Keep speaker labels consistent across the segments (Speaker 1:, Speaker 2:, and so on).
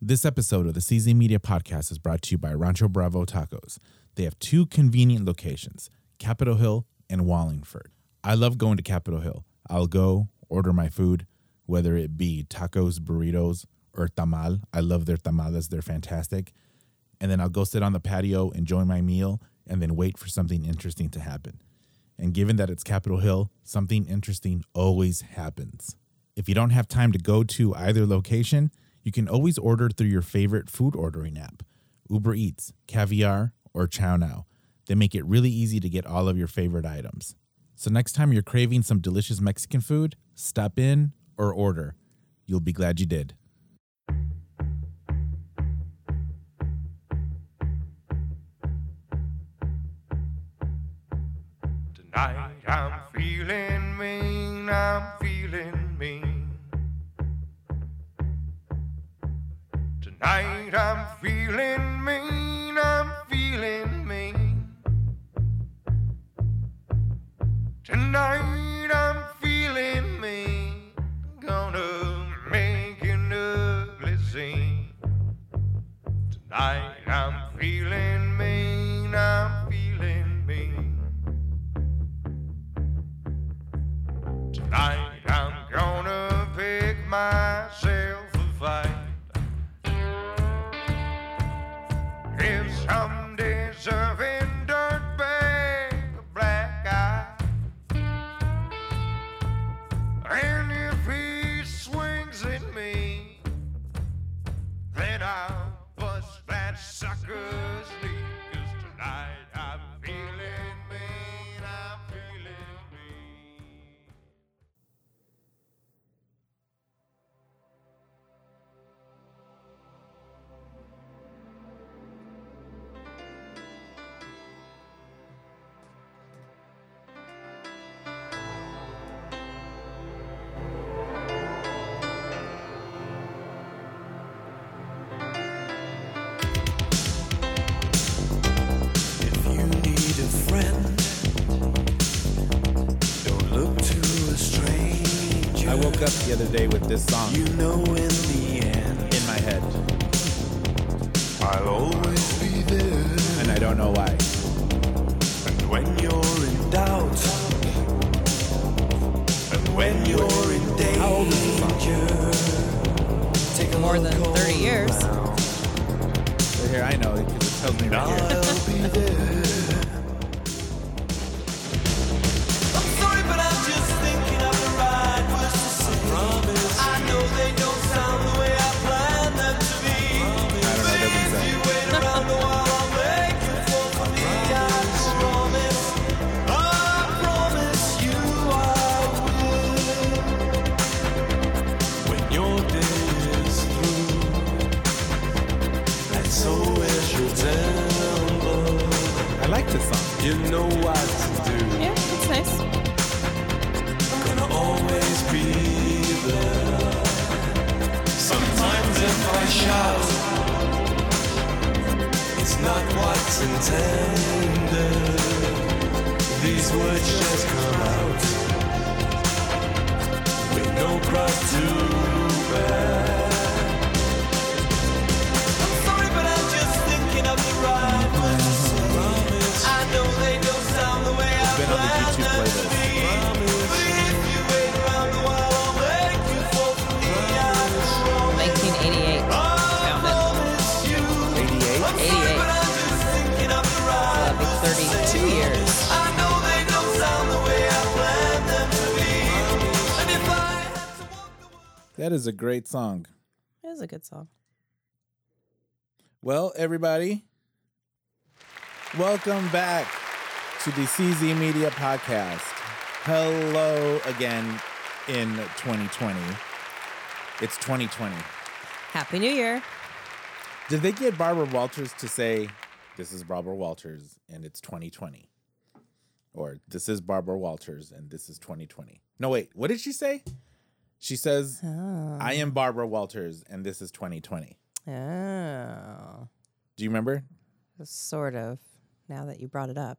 Speaker 1: This episode of the CZ Media Podcast is brought to you by Rancho Bravo Tacos. They have two convenient locations, Capitol Hill and Wallingford. I love going to Capitol Hill. I'll go, order my food, whether it be tacos, burritos, or tamal. I love their tamales, they're fantastic. And then I'll go sit on the patio, enjoy my meal, and then wait for something interesting to happen. And given that it's Capitol Hill, something interesting always happens. If you don't have time to go to either location, you can always order through your favorite food ordering app Uber Eats, Caviar, or Chow Now. They make it really easy to get all of your favorite items. So next time you're craving some delicious Mexican food, stop in or order. You'll be glad you did.
Speaker 2: Tonight I'm feeling mean, I'm feeling mean. Tonight I'm feeling mean, I'm feeling mean. Tonight I'm feeling mean, gonna make an ugly scene. Tonight I'm feeling mean, I'm feeling mean. Tonight I'm gonna pick myself a fight. If some deserving dirtbag, a black eye, and if he swings at me, then I'll bust that sucker's knee. 'Cause tonight I'm feeling mean, I'm feeling mean.
Speaker 3: If you need a friend, don't look to a stranger.
Speaker 1: I woke up the other day with this song
Speaker 3: You know, in the end,
Speaker 1: in my head,
Speaker 3: I'll always be there.
Speaker 1: and I don't know why.
Speaker 3: And when you're in doubt, and when you're in danger, take a
Speaker 4: More
Speaker 3: look
Speaker 4: than 30 years.
Speaker 3: around.
Speaker 1: So here I know because it tells me right here.
Speaker 3: I'll be there.
Speaker 5: I'm sorry, but I'm just thinking of the right words to say. I know they don't sound the way I planned them to be. But
Speaker 1: that
Speaker 5: if
Speaker 1: doesn't
Speaker 5: you wait around a while, I'll make you fall for me. I promise, I promise you I will.
Speaker 3: When your day is through, and so is your temper.
Speaker 1: I like this song.
Speaker 3: You know what to do.
Speaker 4: Yeah, that's nice.
Speaker 3: Gonna always be there. Sometimes if I shout, it's not what's intended. These words just come out with no pride to bear.
Speaker 5: I'm sorry, but I'm just thinking of the right words to say. I know they don't sound the way I
Speaker 1: Been on the
Speaker 5: planned
Speaker 1: YouTube
Speaker 5: them to
Speaker 1: playlist.
Speaker 5: be. But if you wait around a while, I'll make you fall for me. I promise.
Speaker 4: 1988. Found it.
Speaker 1: 88.
Speaker 4: 88. That'll be 32 years.
Speaker 1: That is a great song.
Speaker 4: It was a good song.
Speaker 1: Well, everybody, welcome back to the CZ Media Podcast. Hello again in 2020. It's 2020.
Speaker 4: Happy New Year.
Speaker 1: Did they get Barbara Walters to say, This is Barbara Walters and it's 2020? Or this is Barbara Walters and this is 2020? No, wait, what did she say? She says, I am Barbara Walters and this is 2020.
Speaker 4: Oh,
Speaker 1: Do you remember?
Speaker 4: sort of. Now that you brought it up.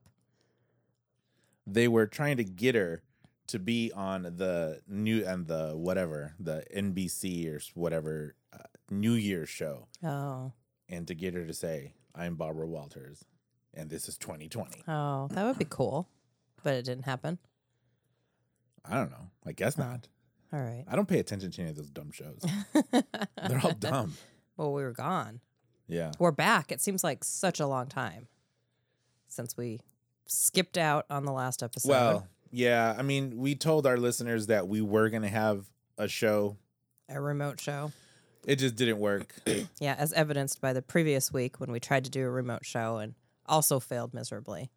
Speaker 1: they were trying to get her to be on the new and the whatever the NBC or s- whatever uh, New Year's show
Speaker 4: Oh,
Speaker 1: and to get her to say, I'm Barbara Walters and this is 2020.
Speaker 4: oh, that would be cool, but it didn't happen.
Speaker 1: I don't know. I guess not.
Speaker 4: All right.
Speaker 1: I don't pay attention to any of those dumb shows. They're all dumb.
Speaker 4: Well, we were gone.
Speaker 1: Yeah.
Speaker 4: We're back. It seems like such a long time since we skipped out on the last episode.
Speaker 1: Well, yeah. I mean, we told our listeners that we were going to have a show.
Speaker 4: a remote show.
Speaker 1: It just didn't work.
Speaker 4: Yeah, as evidenced by the previous week when we tried to do a remote show and also failed miserably.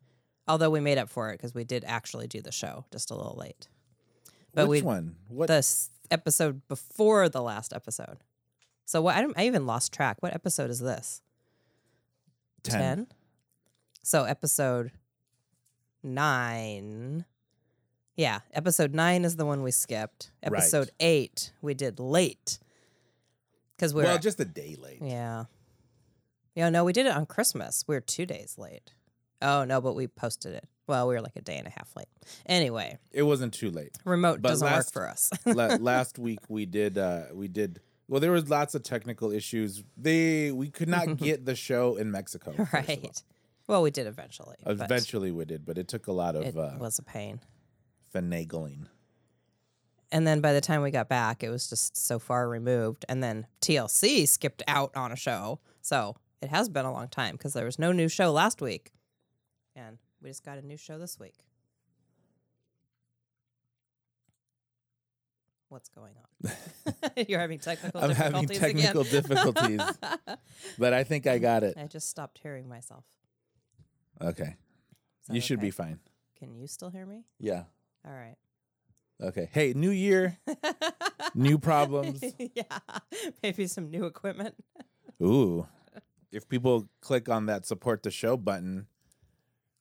Speaker 4: Although we made up for it because we did actually do the show just a little late. But
Speaker 1: Which
Speaker 4: we-
Speaker 1: one? What?
Speaker 4: The s- episode before the last episode. So what I don't I even lost track. What episode is this?
Speaker 1: 10.
Speaker 4: So episode 9. Yeah, episode 9 is the one we skipped.
Speaker 1: Right.
Speaker 4: Episode 8 we did late. Cuz we were
Speaker 1: Well, just a day late.
Speaker 4: yeah. Yeah, no, we did it on Christmas. We were two days late. Oh no, but we posted it. Well, we were like a day and a half late. Anyway,
Speaker 1: It wasn't too late.
Speaker 4: remote
Speaker 1: But
Speaker 4: doesn't work
Speaker 1: last-
Speaker 4: for us.
Speaker 1: La- last week we did. uh We did. Well, there was lots of technical issues. They we could not get the show in Mexico. first of all.
Speaker 4: right. Well, we did eventually. but
Speaker 1: Eventually we did, but it took a lot
Speaker 4: It
Speaker 1: of uh,
Speaker 4: was a pain.
Speaker 1: finagling.
Speaker 4: And then by the time we got back, it was just so far removed. And then TLC skipped out on a show. So it has been a long time because there was no new show last week. And we just got a new show this week. What's going on? You're having technical
Speaker 1: I'm
Speaker 4: difficulties
Speaker 1: having technical
Speaker 4: again.
Speaker 1: difficulties, but I think I got it.
Speaker 4: I just stopped hearing myself.
Speaker 1: Okay,
Speaker 4: Is
Speaker 1: you
Speaker 4: that
Speaker 1: should be
Speaker 4: okay?
Speaker 1: fine.
Speaker 4: Can you still hear me?
Speaker 1: Yeah.
Speaker 4: All right.
Speaker 1: Okay. Hey, new year, new problems.
Speaker 4: yeah. Maybe some new equipment.
Speaker 1: Ooh. If people click on that support the show button,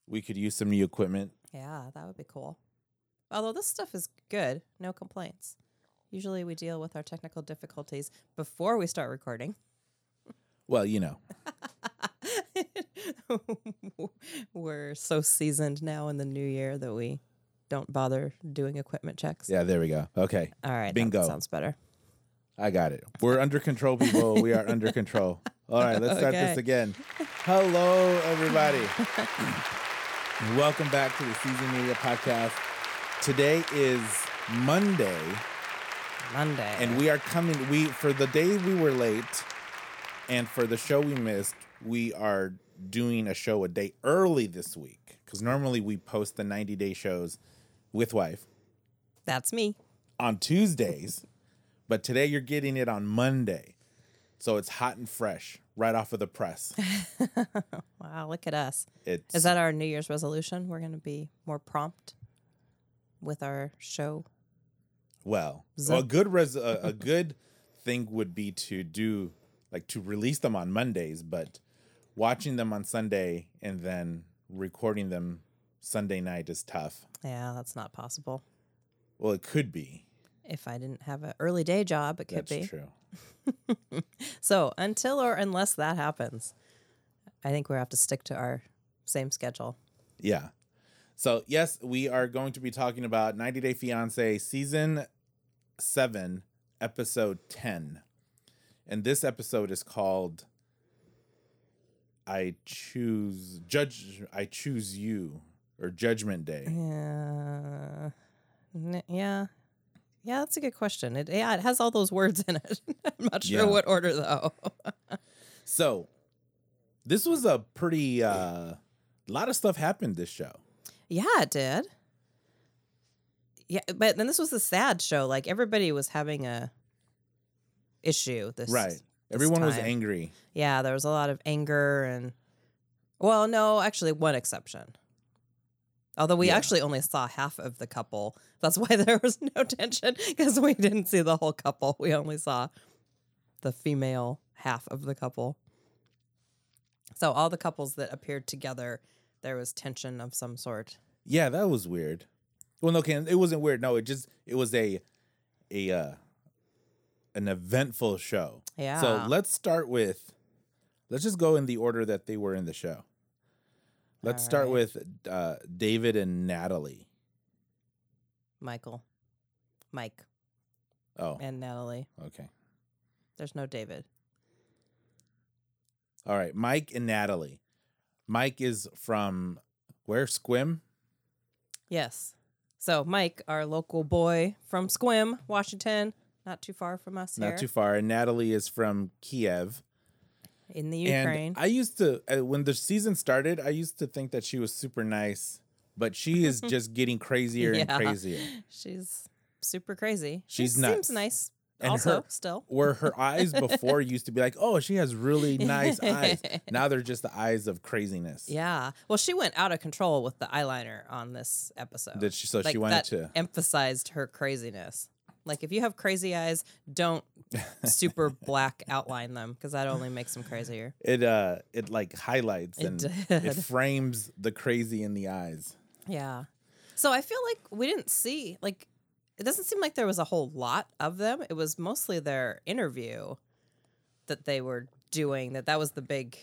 Speaker 1: we could use some new equipment.
Speaker 4: Yeah, that would be cool. Although this stuff is good, no complaints. Usually we deal with our technical difficulties before we start recording.
Speaker 1: Well, you know,
Speaker 4: We're so seasoned now in the new year that we don't bother doing equipment checks.
Speaker 1: yeah, there we go. Okay.
Speaker 4: All right. that
Speaker 1: Bingo.
Speaker 4: sounds better.
Speaker 1: I got it. We're under control, people. We are under control. All right, let's start this
Speaker 4: Okay.
Speaker 1: again. Hello, everybody. Welcome back to the Season Media Podcast. Today is Monday,
Speaker 4: Monday.
Speaker 1: and we are coming. We for the day we were late, and for the show we missed, we are doing a show a day early this week because normally we post the 90 day shows with wife
Speaker 4: That's me.
Speaker 1: on Tuesdays, but today you're getting it on Monday. So it's hot and fresh right off of the press.
Speaker 4: Wow, look at us.
Speaker 1: It's
Speaker 4: Is that our New Year's resolution? We're going to be more prompt with our show.
Speaker 1: well, a good res- a, a good thing would be to do like to release them on Mondays, but watching them on Sunday and then recording them Sunday night is tough.
Speaker 4: Yeah, that's not possible.
Speaker 1: Well, it could be.
Speaker 4: If I didn't have an early day job, it could
Speaker 1: That's
Speaker 4: be.
Speaker 1: true.
Speaker 4: So until or unless that happens, I think we have to stick to our same schedule.
Speaker 1: Yeah. So, yes, we are going to be talking about 90 Day Fiancé season 7, episode 10. And this episode is called I choose judge I choose you or Judgment
Speaker 4: Mm-hmm.
Speaker 1: Day.
Speaker 4: Yeah, N- yeah, yeah. That's a good question. It yeah, it has all those words in it. I'm not sure
Speaker 1: Yeah.
Speaker 4: what order though.
Speaker 1: So, this was a pretty uh lot of stuff happened this show.
Speaker 4: yeah, it did. Yeah, but then this was a sad show. Like everybody was having a issue. This
Speaker 1: Right. Everyone was
Speaker 4: time.
Speaker 1: angry.
Speaker 4: Yeah, there was a lot of anger and well, no, actually one exception. Although we
Speaker 1: Yeah.
Speaker 4: actually only saw half of the couple. That's why there was no tension because we didn't see the whole couple. We only saw the female half of the couple. So all the couples that appeared together, there was tension of some sort.
Speaker 1: Yeah, that was weird. Well, no, Ken, it wasn't weird. No, it just it was a a uh an eventful show.
Speaker 4: Yeah.
Speaker 1: So let's start with let's just go in the order that they were in the show. Let's
Speaker 4: All
Speaker 1: start
Speaker 4: right.
Speaker 1: with uh David and Natalie.
Speaker 4: Michael, Mike,
Speaker 1: Oh,
Speaker 4: and Natalie.
Speaker 1: okay.
Speaker 4: There's no David.
Speaker 1: All right, Mike and Natalie. Mike is from where? Squim.
Speaker 4: Yes. So Mike, our local boy from Squim, Washington, not too far from us here
Speaker 1: Not too far. And Natalie is from Kiev.
Speaker 4: in the Ukraine.
Speaker 1: And I used to, uh, when the season started, I used to think that she was super nice, but she is just getting crazier and
Speaker 4: Yeah.
Speaker 1: crazier.
Speaker 4: She's super crazy. She
Speaker 1: She's nuts.
Speaker 4: seems nice.
Speaker 1: And
Speaker 4: also,
Speaker 1: her-
Speaker 4: still
Speaker 1: Where her eyes before used to be like, oh, she has really nice eyes. Now they're just the eyes of craziness.
Speaker 4: Yeah. Well, she went out of control with the eyeliner on this episode.
Speaker 1: That she- so she wanted
Speaker 4: that
Speaker 1: to-
Speaker 4: emphasized her craziness. Like if you have crazy eyes, don't super black outline them because that only makes them crazier.
Speaker 1: It uh, it like highlights
Speaker 4: It
Speaker 1: and it
Speaker 4: did.
Speaker 1: frames the crazy in the eyes.
Speaker 4: Yeah. So I feel like we didn't see like it doesn't seem like there was a whole lot of them. It was mostly their interview that they were doing that that was the big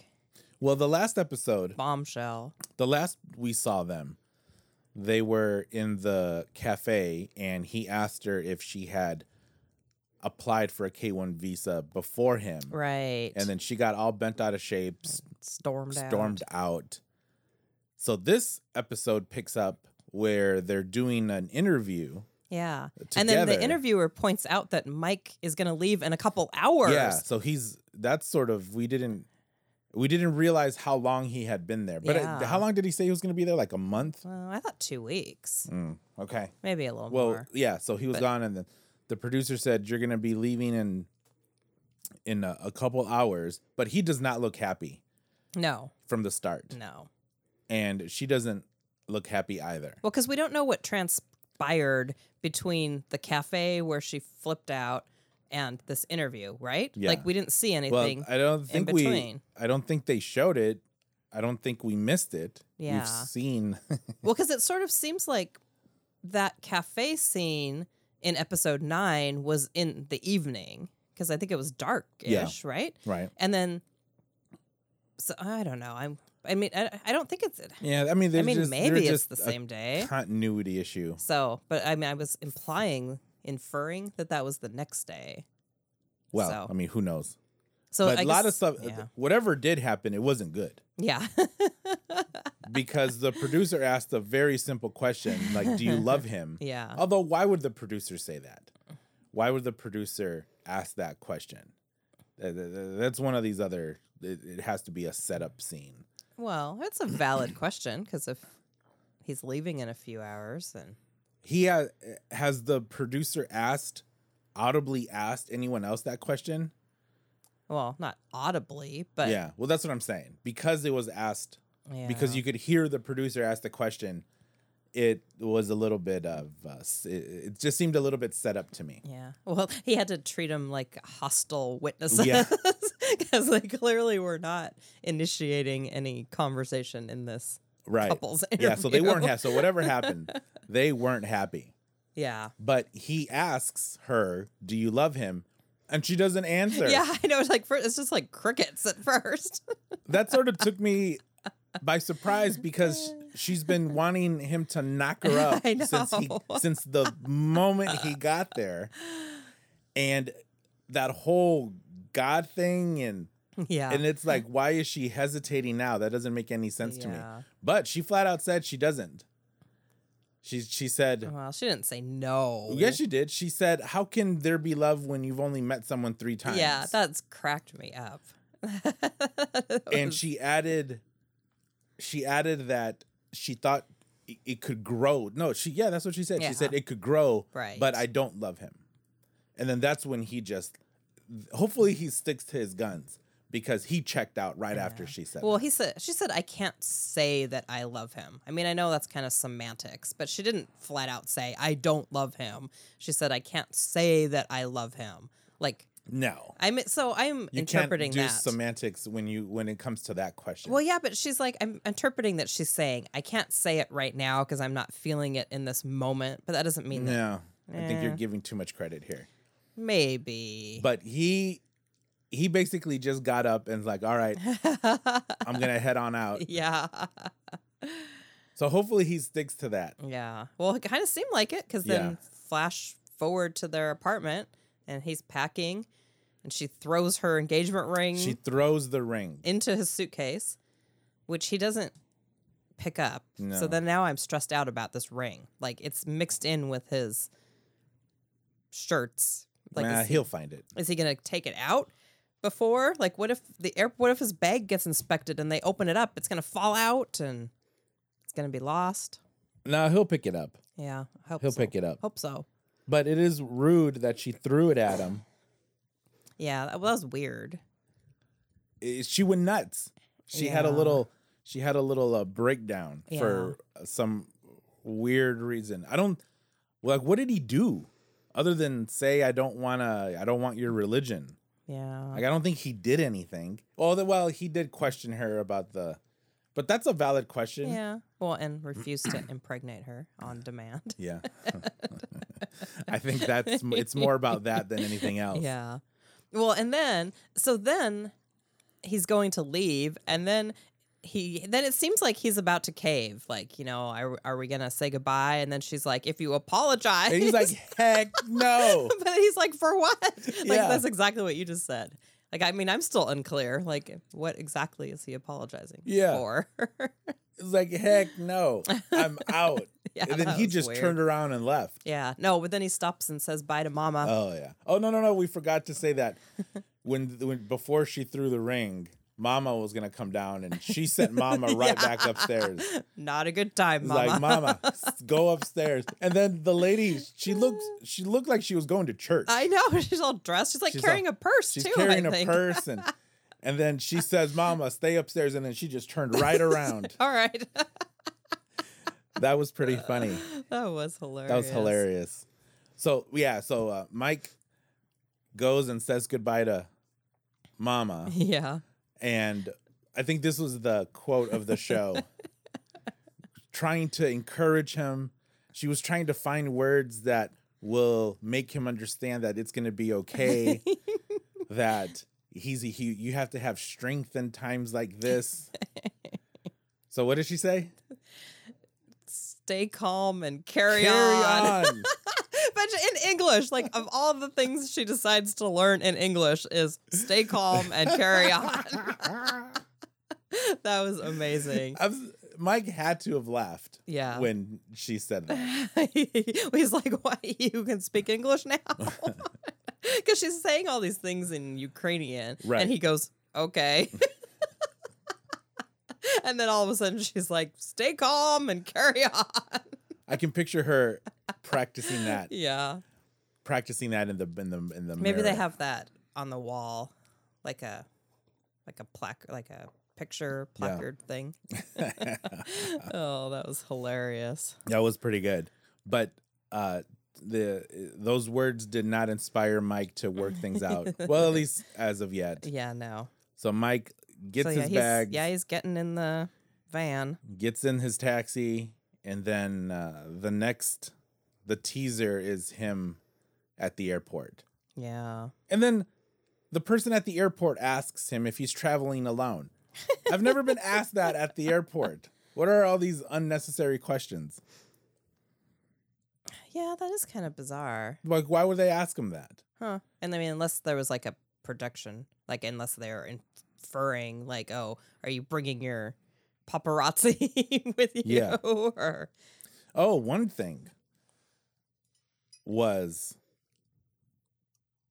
Speaker 1: Well, the last episode,
Speaker 4: bombshell.
Speaker 1: the last we saw them, they were in the cafe and he asked her if she had applied for a K1 visa before him.
Speaker 4: Right.
Speaker 1: And then she got all bent out of shape, s-
Speaker 4: stormed out.
Speaker 1: stormed out. So this episode picks up where they're doing an interview.
Speaker 4: Yeah. And then the
Speaker 1: together.
Speaker 4: interviewer points out that Mike is going to leave in a couple hours.
Speaker 1: Yeah, so he's that's sort of we didn't we didn't realize how long he had been there. But it-
Speaker 4: Yeah.
Speaker 1: how long did he say he was going to be there? Like a month.
Speaker 4: Well, I thought two weeks,
Speaker 1: Okay.
Speaker 4: maybe a little
Speaker 1: Mm. Well,
Speaker 4: more.
Speaker 1: yeah. So he was gone, and the, the producer said, "You're gonna be leaving in in a, a couple hours." But he does not look happy
Speaker 4: No,
Speaker 1: from the start,
Speaker 4: no.
Speaker 1: and she doesn't look happy either.
Speaker 4: Well, because we don't know what transpired between the cafe where she flipped out and this interview, right?
Speaker 1: Yeah.
Speaker 4: Like we didn't see
Speaker 1: Well,
Speaker 4: anything.
Speaker 1: I don't think we.
Speaker 4: between.
Speaker 1: I don't think they showed it. I don't think we missed it.
Speaker 4: Yeah.
Speaker 1: We've seen.
Speaker 4: well, because it sort of seems like that cafe scene in episode nine was in the evening because I think it was dark ish, right?
Speaker 1: right.
Speaker 4: And then, so I don't know. I'm. I mean, I, I don't think it's.
Speaker 1: Yeah. I mean,
Speaker 4: I
Speaker 1: there's
Speaker 4: mean,
Speaker 1: just, they're
Speaker 4: maybe it's
Speaker 1: just
Speaker 4: the
Speaker 1: a
Speaker 4: same day.
Speaker 1: continuity issue.
Speaker 4: So, but I mean, I was implying, inferring that that was the next day.
Speaker 1: Well,
Speaker 4: So-
Speaker 1: I mean, who knows?
Speaker 4: So
Speaker 1: but
Speaker 4: I
Speaker 1: a lot of
Speaker 4: guess-
Speaker 1: stuff. uh,
Speaker 4: Yeah.
Speaker 1: Whatever did happen, it wasn't good.
Speaker 4: yeah.
Speaker 1: because the producer asked a very simple question like do you love him
Speaker 4: Yeah.
Speaker 1: although why would the producer say that why would the producer ask that question Th- th- th- that's one of these other it, it has to be a setup scene
Speaker 4: well, it's a valid question because if he's leaving in a few hours, then
Speaker 1: he ha- has the producer asked audibly asked anyone else that question
Speaker 4: well, not audibly, but
Speaker 1: yeah well that's what i'm saying because it was asked because
Speaker 4: Yeah.
Speaker 1: you could hear the producer ask the question it was a little bit of uh, s- it, it just seemed a little bit set up to me
Speaker 4: Yeah. Well, he had to treat them like hostile witnesses
Speaker 1: Yeah.
Speaker 4: because they clearly were not initiating any conversation in this.
Speaker 1: right.
Speaker 4: couple's
Speaker 1: Yeah, so they
Speaker 4: interview.
Speaker 1: weren't happy. So whatever happened, they weren't happy.
Speaker 4: Yeah.
Speaker 1: But he asks her, "Do you love him?" And she doesn't answer.
Speaker 4: Yeah, I know. It's like first, it's just like crickets at first.
Speaker 1: That sort of took me by surprise because she's been wanting him to knock her up
Speaker 4: I know.
Speaker 1: since he since the moment he got there. And that whole God thing and
Speaker 4: yeah.
Speaker 1: and it's like why is she hesitating now that doesn't make any sense to
Speaker 4: Yeah.
Speaker 1: me but she flat out said she doesn't she she said
Speaker 4: well, she didn't say no.
Speaker 1: Yes, she did. She said, "How can there be love when you've only met someone three times?"
Speaker 4: Yeah, that's cracked me up.
Speaker 1: and she added, she added that she thought it- it could grow. No, she yeah, that's what she said.
Speaker 4: Yeah.
Speaker 1: She said it could grow,
Speaker 4: Right.
Speaker 1: But I don't love him. And then that's when he just, hopefully, he sticks to his guns because he checked out right after she said.
Speaker 4: Well,
Speaker 1: that.
Speaker 4: he said she said I can't say that I love him. I mean, I know that's kind of semantics, but she didn't flat out say I don't love him. She said I can't say that I love him. Like
Speaker 1: no,
Speaker 4: I'm so I'm
Speaker 1: you
Speaker 4: interpreting
Speaker 1: can't do
Speaker 4: that.
Speaker 1: semantics when you when it comes to that question.
Speaker 4: well, yeah, but she's like I'm interpreting that she's saying I can't say it right now because I'm not feeling it in this moment. But that doesn't mean that
Speaker 1: no, I think you're
Speaker 4: Eh.
Speaker 1: giving too much credit here.
Speaker 4: maybe.
Speaker 1: but he he basically just got up and was like all right i'm gonna head on out
Speaker 4: yeah,
Speaker 1: so hopefully he sticks to that
Speaker 4: yeah. Well, it kind of seemed like it because then
Speaker 1: Yeah.
Speaker 4: flash forward to their apartment and he's packing, and she throws her engagement ring
Speaker 1: She throws the ring.
Speaker 4: into his suitcase, which he doesn't pick up.
Speaker 1: No.
Speaker 4: So then now I'm stressed out about this ring. Like it's mixed in with his shirts. Like
Speaker 1: nah,
Speaker 4: is, he,
Speaker 1: he'll find it.
Speaker 4: is he gonna take it out before? Like what if the air what if his bag gets inspected and they open it up? It's gonna fall out and it's gonna be lost.
Speaker 1: No, he'll pick it up.
Speaker 4: Yeah. I Hope
Speaker 1: He'll
Speaker 4: so.
Speaker 1: pick it up.
Speaker 4: Hope so.
Speaker 1: But it is rude that she threw it at him.
Speaker 4: Yeah, that, well, that was weird.
Speaker 1: Eh, She went nuts. She had a
Speaker 4: Yeah.
Speaker 1: little. She had a little uh, breakdown for some weird reason. I don't like. What did he do other than say, "I don't want to. I don't want your religion."
Speaker 4: Yeah.
Speaker 1: Like I don't think he did anything. Well, the, well, he did question her about the, but that's a valid question.
Speaker 4: Yeah. Well, and refused to impregnate her on demand.
Speaker 1: Yeah. I think that's m- it's more about that than anything else.
Speaker 4: Yeah. Well, and then so then he's going to leave, and then he then it seems like he's about to cave. Like you know, are are we gonna say goodbye? And then she's like, if you apologize,
Speaker 1: And he's like, heck no.
Speaker 4: but he's like, for what? Like
Speaker 1: Yeah.
Speaker 4: that's exactly what you just said. Like I mean, I'm still unclear. Like what exactly is he apologizing
Speaker 1: Yeah.
Speaker 4: for?
Speaker 1: It's like, heck no. I'm out.
Speaker 4: Yeah,
Speaker 1: and then
Speaker 4: that
Speaker 1: he
Speaker 4: was
Speaker 1: just
Speaker 4: weird.
Speaker 1: turned around and left.
Speaker 4: yeah. No, but then he stops and says bye to mama.
Speaker 1: Oh yeah. Oh no no no. We forgot to say that when when before she threw the ring, Mama was gonna come down, and she sent Mama right back upstairs.
Speaker 4: Not a good time,
Speaker 1: It's
Speaker 4: mama.
Speaker 1: like mama s- go upstairs and then the lady she looks she looked like she was going to church
Speaker 4: I know she's all dressed. She's like
Speaker 1: She's all-
Speaker 4: carrying a purse
Speaker 1: she's
Speaker 4: too.
Speaker 1: carrying
Speaker 4: I
Speaker 1: a
Speaker 4: think.
Speaker 1: purse and and then she says mama stay upstairs and then she just turned right around
Speaker 4: All right.
Speaker 1: that was pretty funny
Speaker 4: That was hilarious.
Speaker 1: that was hilarious so yeah so uh, mike goes and says goodbye to mama
Speaker 4: Yeah.
Speaker 1: and i think this was the quote of the show trying to encourage him she was trying to find words that will make him understand that it's going to be okay that he's a, he you have to have strength in times like this so what did she say
Speaker 4: Stay calm and carry,
Speaker 1: carry
Speaker 4: on.
Speaker 1: on
Speaker 4: but in English, like of all the things she decides to learn in English is stay calm and carry on. that was amazing.
Speaker 1: I was- mike had to have laughed
Speaker 4: Yeah.
Speaker 1: when she said that
Speaker 4: He's like, "Why you can speak English now?" Because she's saying all these things in Ukrainian,
Speaker 1: Right.
Speaker 4: And he goes, "Okay." and then all of a sudden, she's like, "Stay calm and carry on."
Speaker 1: i can picture her practicing that
Speaker 4: Yeah,
Speaker 1: practicing that in the in the in the
Speaker 4: maybe they
Speaker 1: mirror.
Speaker 4: have that on the wall, like a like a plaque, like a picture placard thing. oh, that was hilarious.
Speaker 1: That was pretty good. But uh the those words did not inspire Mike to work things out. well, at least as of yet.
Speaker 4: Yeah, no.
Speaker 1: So Mike gets
Speaker 4: So yeah,
Speaker 1: his
Speaker 4: he's
Speaker 1: bag,
Speaker 4: yeah, he's getting in the van.
Speaker 1: gets in his taxi, and then uh, the next the teaser is him at the airport.
Speaker 4: Yeah.
Speaker 1: And then the person at the airport asks him if he's traveling alone. I've never been asked that at the airport. What are all these unnecessary questions?
Speaker 4: Yeah, that is kind of bizarre.
Speaker 1: Like why would they ask him that?
Speaker 4: Huh. And I mean, unless there was like a production, like unless they're inferring, like, oh, are you bringing your paparazzi with you?
Speaker 1: Yeah.
Speaker 4: Or,
Speaker 1: Oh, one thing was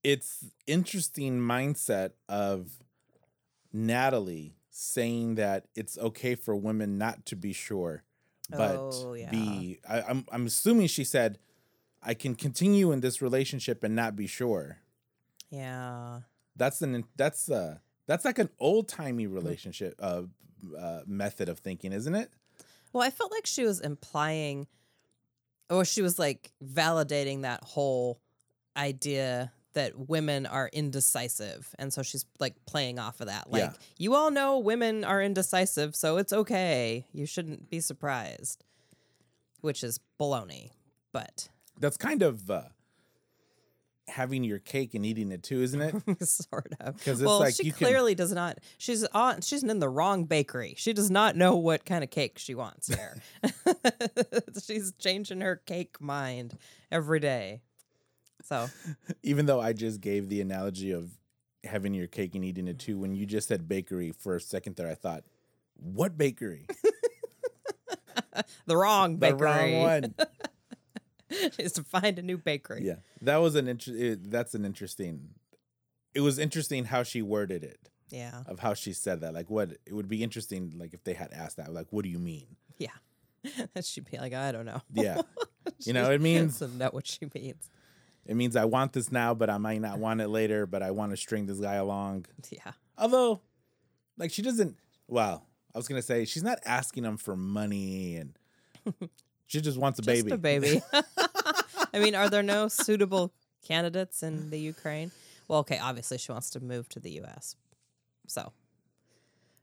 Speaker 1: it's interesting mindset of Natalie saying that it's okay for women not to be sure, but
Speaker 4: Oh, yeah.
Speaker 1: be. I, I'm I'm assuming she said, "I can continue in this relationship and not be sure."
Speaker 4: yeah.
Speaker 1: That's an that's uh that's like an old timey
Speaker 4: Hmm.
Speaker 1: relationship uh, uh method of thinking, isn't it?
Speaker 4: Well, I felt like she was implying, or she was like validating that whole idea that women are indecisive. And so she's like playing off of that. Like,
Speaker 1: Yeah.
Speaker 4: you all know women are indecisive, so it's okay. You shouldn't be surprised, which is baloney. But
Speaker 1: That's kind of uh, having your cake and eating it too, isn't it?
Speaker 4: sort of
Speaker 1: 'Cause it's
Speaker 4: well
Speaker 1: like
Speaker 4: she
Speaker 1: you can-
Speaker 4: clearly does not she's on she's in the wrong bakery she does not know what kind of cake she wants here she's changing her cake mind every day so
Speaker 1: Even though I just gave the analogy of having your cake and eating it too. When you just said bakery for a second there, I thought, what bakery?
Speaker 4: The wrong
Speaker 1: The
Speaker 4: bakery
Speaker 1: wrong one.
Speaker 4: is to find a new bakery.
Speaker 1: Yeah, that was an interest. That's an interesting. It was interesting how she worded it,
Speaker 4: Yeah.
Speaker 1: of how she said that. Like, what it would be interesting, like if they had asked that, like, what do you mean?
Speaker 4: Yeah. She'd be like, I don't know.
Speaker 1: Yeah, you know, it means
Speaker 4: doesn't know what she means.
Speaker 1: it means I want this now, but I might not want it later. But I want to string this guy along.
Speaker 4: Yeah.
Speaker 1: Although, like, she doesn't. Well, I was gonna say she's not asking him for money, and she just wants a
Speaker 4: Just
Speaker 1: baby.
Speaker 4: a baby. I mean, are there no suitable candidates in the Ukraine? Well, okay, obviously she wants to move to the US. So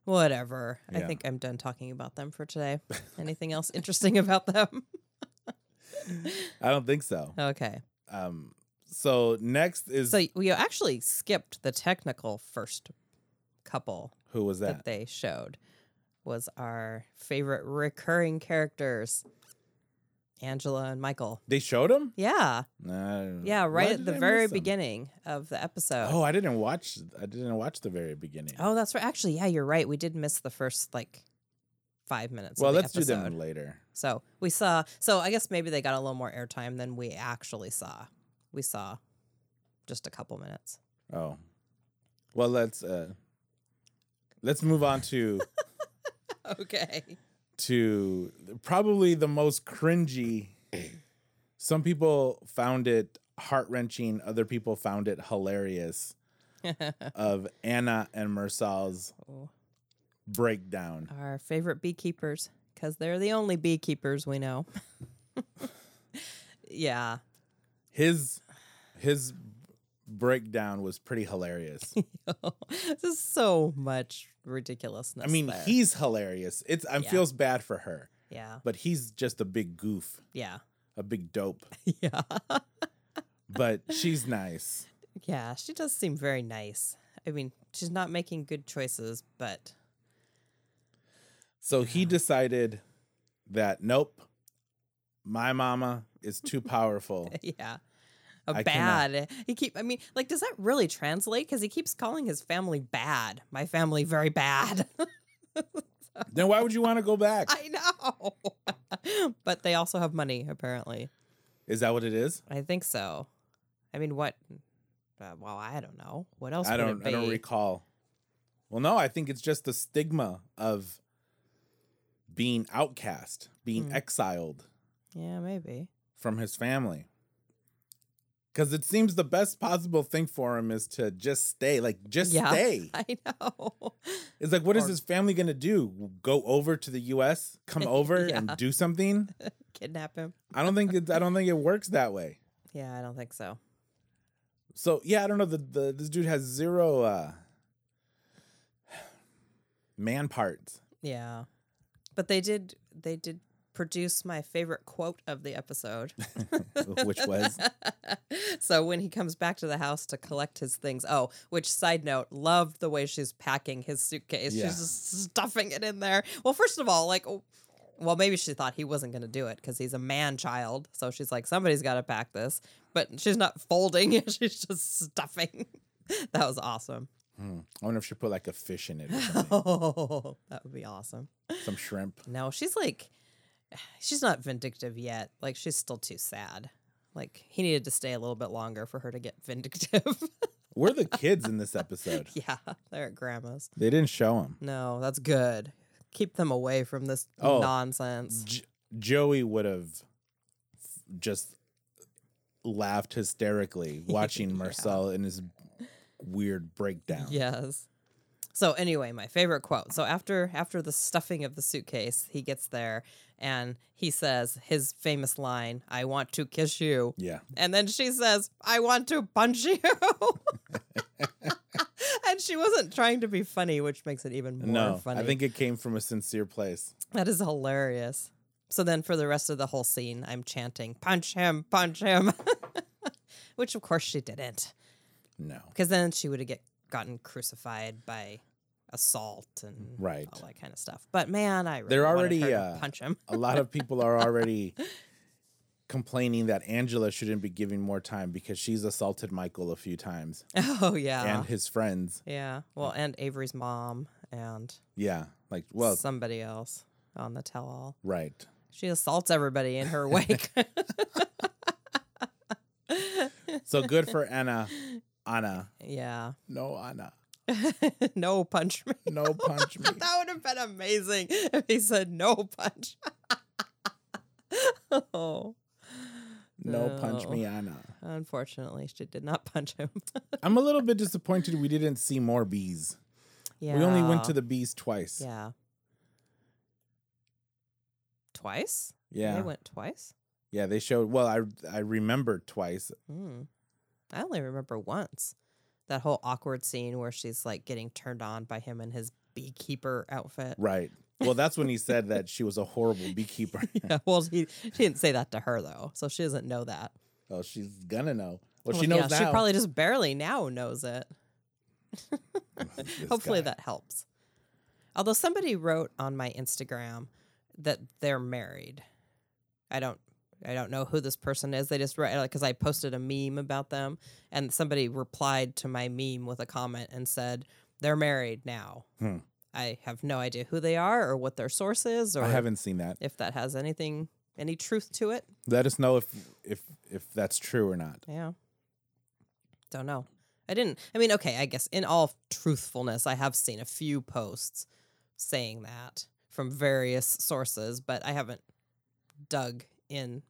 Speaker 4: whatever. I
Speaker 1: Yeah.
Speaker 4: think I'm done talking about them for today. Anything else interesting about them?
Speaker 1: I don't think so.
Speaker 4: Okay.
Speaker 1: Um. So next is
Speaker 4: So we actually skipped the technical first couple
Speaker 1: who was
Speaker 4: that
Speaker 1: that?
Speaker 4: they showed was our favorite recurring characters, Angela and Michael.
Speaker 1: They showed him.
Speaker 4: Yeah.
Speaker 1: No.
Speaker 4: Yeah, right
Speaker 1: Why
Speaker 4: at
Speaker 1: did
Speaker 4: the
Speaker 1: I
Speaker 4: very
Speaker 1: miss them?
Speaker 4: beginning of the episode.
Speaker 1: Oh, I didn't watch. I didn't watch the very beginning.
Speaker 4: Oh, that's right. Actually, yeah, you're right. We did miss the first like five minutes.
Speaker 1: well,
Speaker 4: of the
Speaker 1: let's do
Speaker 4: episode.
Speaker 1: them later.
Speaker 4: So we saw. So I guess maybe they got a little more airtime than we actually saw. We saw just a couple minutes.
Speaker 1: Oh, well, let's uh, let's move on to
Speaker 4: Okay.
Speaker 1: to probably the most cringy. Some people found it heart wrenching. Other people found it hilarious. of Anna and Marcel's breakdown.
Speaker 4: Our favorite beekeepers, because they're the only beekeepers we know. yeah.
Speaker 1: His his breakdown was pretty hilarious.
Speaker 4: this is so much ridiculousness.
Speaker 1: I mean,
Speaker 4: there.
Speaker 1: he's hilarious. It's I
Speaker 4: Yeah.
Speaker 1: feels bad for her,
Speaker 4: Yeah.
Speaker 1: but he's just a big goof,
Speaker 4: Yeah.
Speaker 1: a big dope.
Speaker 4: Yeah.
Speaker 1: But she's nice.
Speaker 4: Yeah, she does seem very nice. I mean, she's not making good choices, but
Speaker 1: So he decided that nope, my mama is too powerful.
Speaker 4: yeah. A
Speaker 1: I
Speaker 4: bad.
Speaker 1: cannot-
Speaker 4: He keep I mean, like does that really translate cuz he keeps calling his family bad. My family very bad.
Speaker 1: then why would you want to go back?
Speaker 4: I know. but they also have money apparently.
Speaker 1: Is that what it is?
Speaker 4: I think so. I mean, what uh, well, I don't know. What else
Speaker 1: I
Speaker 4: would
Speaker 1: don't
Speaker 4: it be?
Speaker 1: I don't recall. Well, no, I think it's just the stigma of being outcast, being
Speaker 4: Mm.
Speaker 1: exiled
Speaker 4: yeah, maybe.
Speaker 1: from his family. Cause it seems the best possible thing for him is to just stay. Like just
Speaker 4: Yeah.
Speaker 1: stay.
Speaker 4: I know.
Speaker 1: It's like, what is
Speaker 4: Or-
Speaker 1: his family gonna do? Go over to the U.S., come over
Speaker 4: Yeah.
Speaker 1: and do something?
Speaker 4: Kidnap him.
Speaker 1: I don't think it. I don't think it works that way.
Speaker 4: Yeah, I don't think so.
Speaker 1: So yeah, I don't know. The, the this dude has zero uh, man parts.
Speaker 4: Yeah. But they did they did produce my favorite quote of the episode.
Speaker 1: which was
Speaker 4: so when he comes back to the house to collect his things, oh, which side note, loved the way she's packing his suitcase.
Speaker 1: Yeah.
Speaker 4: She's just stuffing it in there. Well, first of all, like oh, well, maybe she thought he wasn't going to do it because he's a man child. So she's like, somebody's got to pack this. But she's not folding it, she's just stuffing. that was awesome.
Speaker 1: I wonder if she put like a fish in it, or something,
Speaker 4: Oh, that would be awesome.
Speaker 1: some shrimp.
Speaker 4: No, she's like, she's not vindictive yet. Like, she's still too sad. Like, he needed to stay a little bit longer for her to get vindictive.
Speaker 1: Where are the kids in this episode?
Speaker 4: yeah, they're at grandma's.
Speaker 1: They didn't show them.
Speaker 4: No, that's good. Keep them away from this
Speaker 1: Oh.
Speaker 4: nonsense.
Speaker 1: J- Joey would have just laughed hysterically watching Marcel in his weird breakdown.
Speaker 4: Yes. So anyway, my favorite quote. So after after the stuffing of the suitcase, he gets there and he says his famous line, "I want to kiss you."
Speaker 1: Yeah.
Speaker 4: And then she says, I want to punch you. and she wasn't trying to be funny, which makes it even more
Speaker 1: no,
Speaker 4: funny.
Speaker 1: I think it came from a sincere place.
Speaker 4: that is hilarious. So then for the rest of the whole scene, I'm chanting, punch him, punch him. which of course she didn't.
Speaker 1: No.
Speaker 4: Because then she would have get gotten crucified by assault and
Speaker 1: Right.
Speaker 4: all that kind of stuff. But man, I really
Speaker 1: They're
Speaker 4: wanted
Speaker 1: already,
Speaker 4: her to
Speaker 1: uh,
Speaker 4: punch him.
Speaker 1: A lot of people are already complaining that Angela shouldn't be giving more time because she's assaulted Michael a few times
Speaker 4: Oh yeah.
Speaker 1: and his friends.
Speaker 4: yeah. Well, and Avery's mom and
Speaker 1: Yeah. Like, well,
Speaker 4: somebody else on the tell all.
Speaker 1: right.
Speaker 4: She assaults everybody in her wake.
Speaker 1: So good for Anna. Anna.
Speaker 4: yeah.
Speaker 1: No, Anna.
Speaker 4: no punch me.
Speaker 1: No punch me.
Speaker 4: That would have been amazing if he said no punch. oh.
Speaker 1: No punch me,
Speaker 4: No.
Speaker 1: Anna.
Speaker 4: Unfortunately, she did not punch him.
Speaker 1: I'm a little bit disappointed we didn't see more bees.
Speaker 4: yeah.
Speaker 1: We only went to the bees twice.
Speaker 4: Yeah. Twice?
Speaker 1: Yeah.
Speaker 4: They went twice?
Speaker 1: Yeah, they showed. Well, I I remember twice.
Speaker 4: Hmm. I only remember once. That whole awkward scene where she's like getting turned on by him in his beekeeper outfit.
Speaker 1: Right. Well, that's when he said that she was a horrible beekeeper.
Speaker 4: Yeah, well, he, she didn't say that to her though, so she doesn't know that.
Speaker 1: Oh, she's gonna know. Well,
Speaker 4: Well,
Speaker 1: she knows now.
Speaker 4: yeah, She probably just barely now knows it.
Speaker 1: This
Speaker 4: Hopefully
Speaker 1: guy.
Speaker 4: that helps. Although somebody wrote on my Instagram that they're married. I don't I don't know who this person is. They just wrote like cuz I posted a meme about them and somebody replied to my meme with a comment and said they're married now.
Speaker 1: Hmm.
Speaker 4: I have no idea who they are or what their source is or
Speaker 1: I haven't seen that.
Speaker 4: if that has anything any truth to it.
Speaker 1: Let us know if if if that's true or not.
Speaker 4: Yeah. Don't know. I didn't. I mean, okay, I guess in all truthfulness, I have seen a few posts saying that from various sources, but I haven't dug in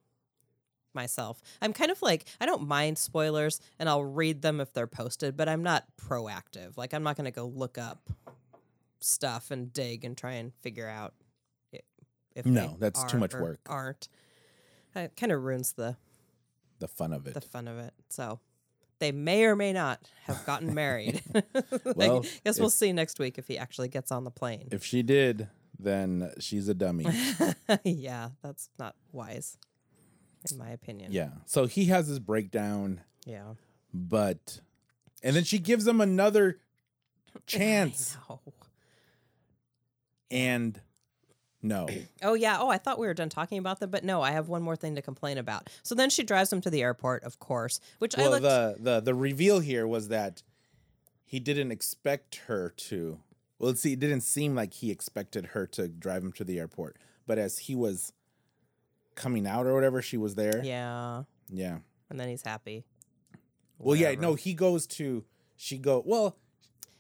Speaker 4: myself. I'm kind of like, I don't mind spoilers and I'll read them if they're posted, but I'm not proactive. Like, I'm not going to go look up stuff and dig and try and figure out i- if they
Speaker 1: No, that's too
Speaker 4: are
Speaker 1: much
Speaker 4: or
Speaker 1: work.
Speaker 4: Aren't. It kind of ruins the
Speaker 1: The fun of it.
Speaker 4: the fun of it. So they may or may not have gotten married. Like,
Speaker 1: Well,
Speaker 4: guess we'll
Speaker 1: if-
Speaker 4: see next week if he actually gets on the plane.
Speaker 1: if she did, then she's a dummy.
Speaker 4: yeah, that's not wise, in my opinion.
Speaker 1: yeah. So he has his breakdown,
Speaker 4: Yeah.
Speaker 1: but and then she gives him another chance,
Speaker 4: No.
Speaker 1: and no,
Speaker 4: Oh yeah. Oh, I thought we were done talking about them, but no, I have one more thing to complain about. So then she drives him to the airport, of course, which I
Speaker 1: well
Speaker 4: looked.
Speaker 1: the, the the reveal here was that he didn't expect her to well see it didn't seem like he expected her to drive him to the airport but as he was coming out or whatever she was there
Speaker 4: yeah,
Speaker 1: yeah
Speaker 4: and then he's happy.
Speaker 1: well yeah no he goes to she go well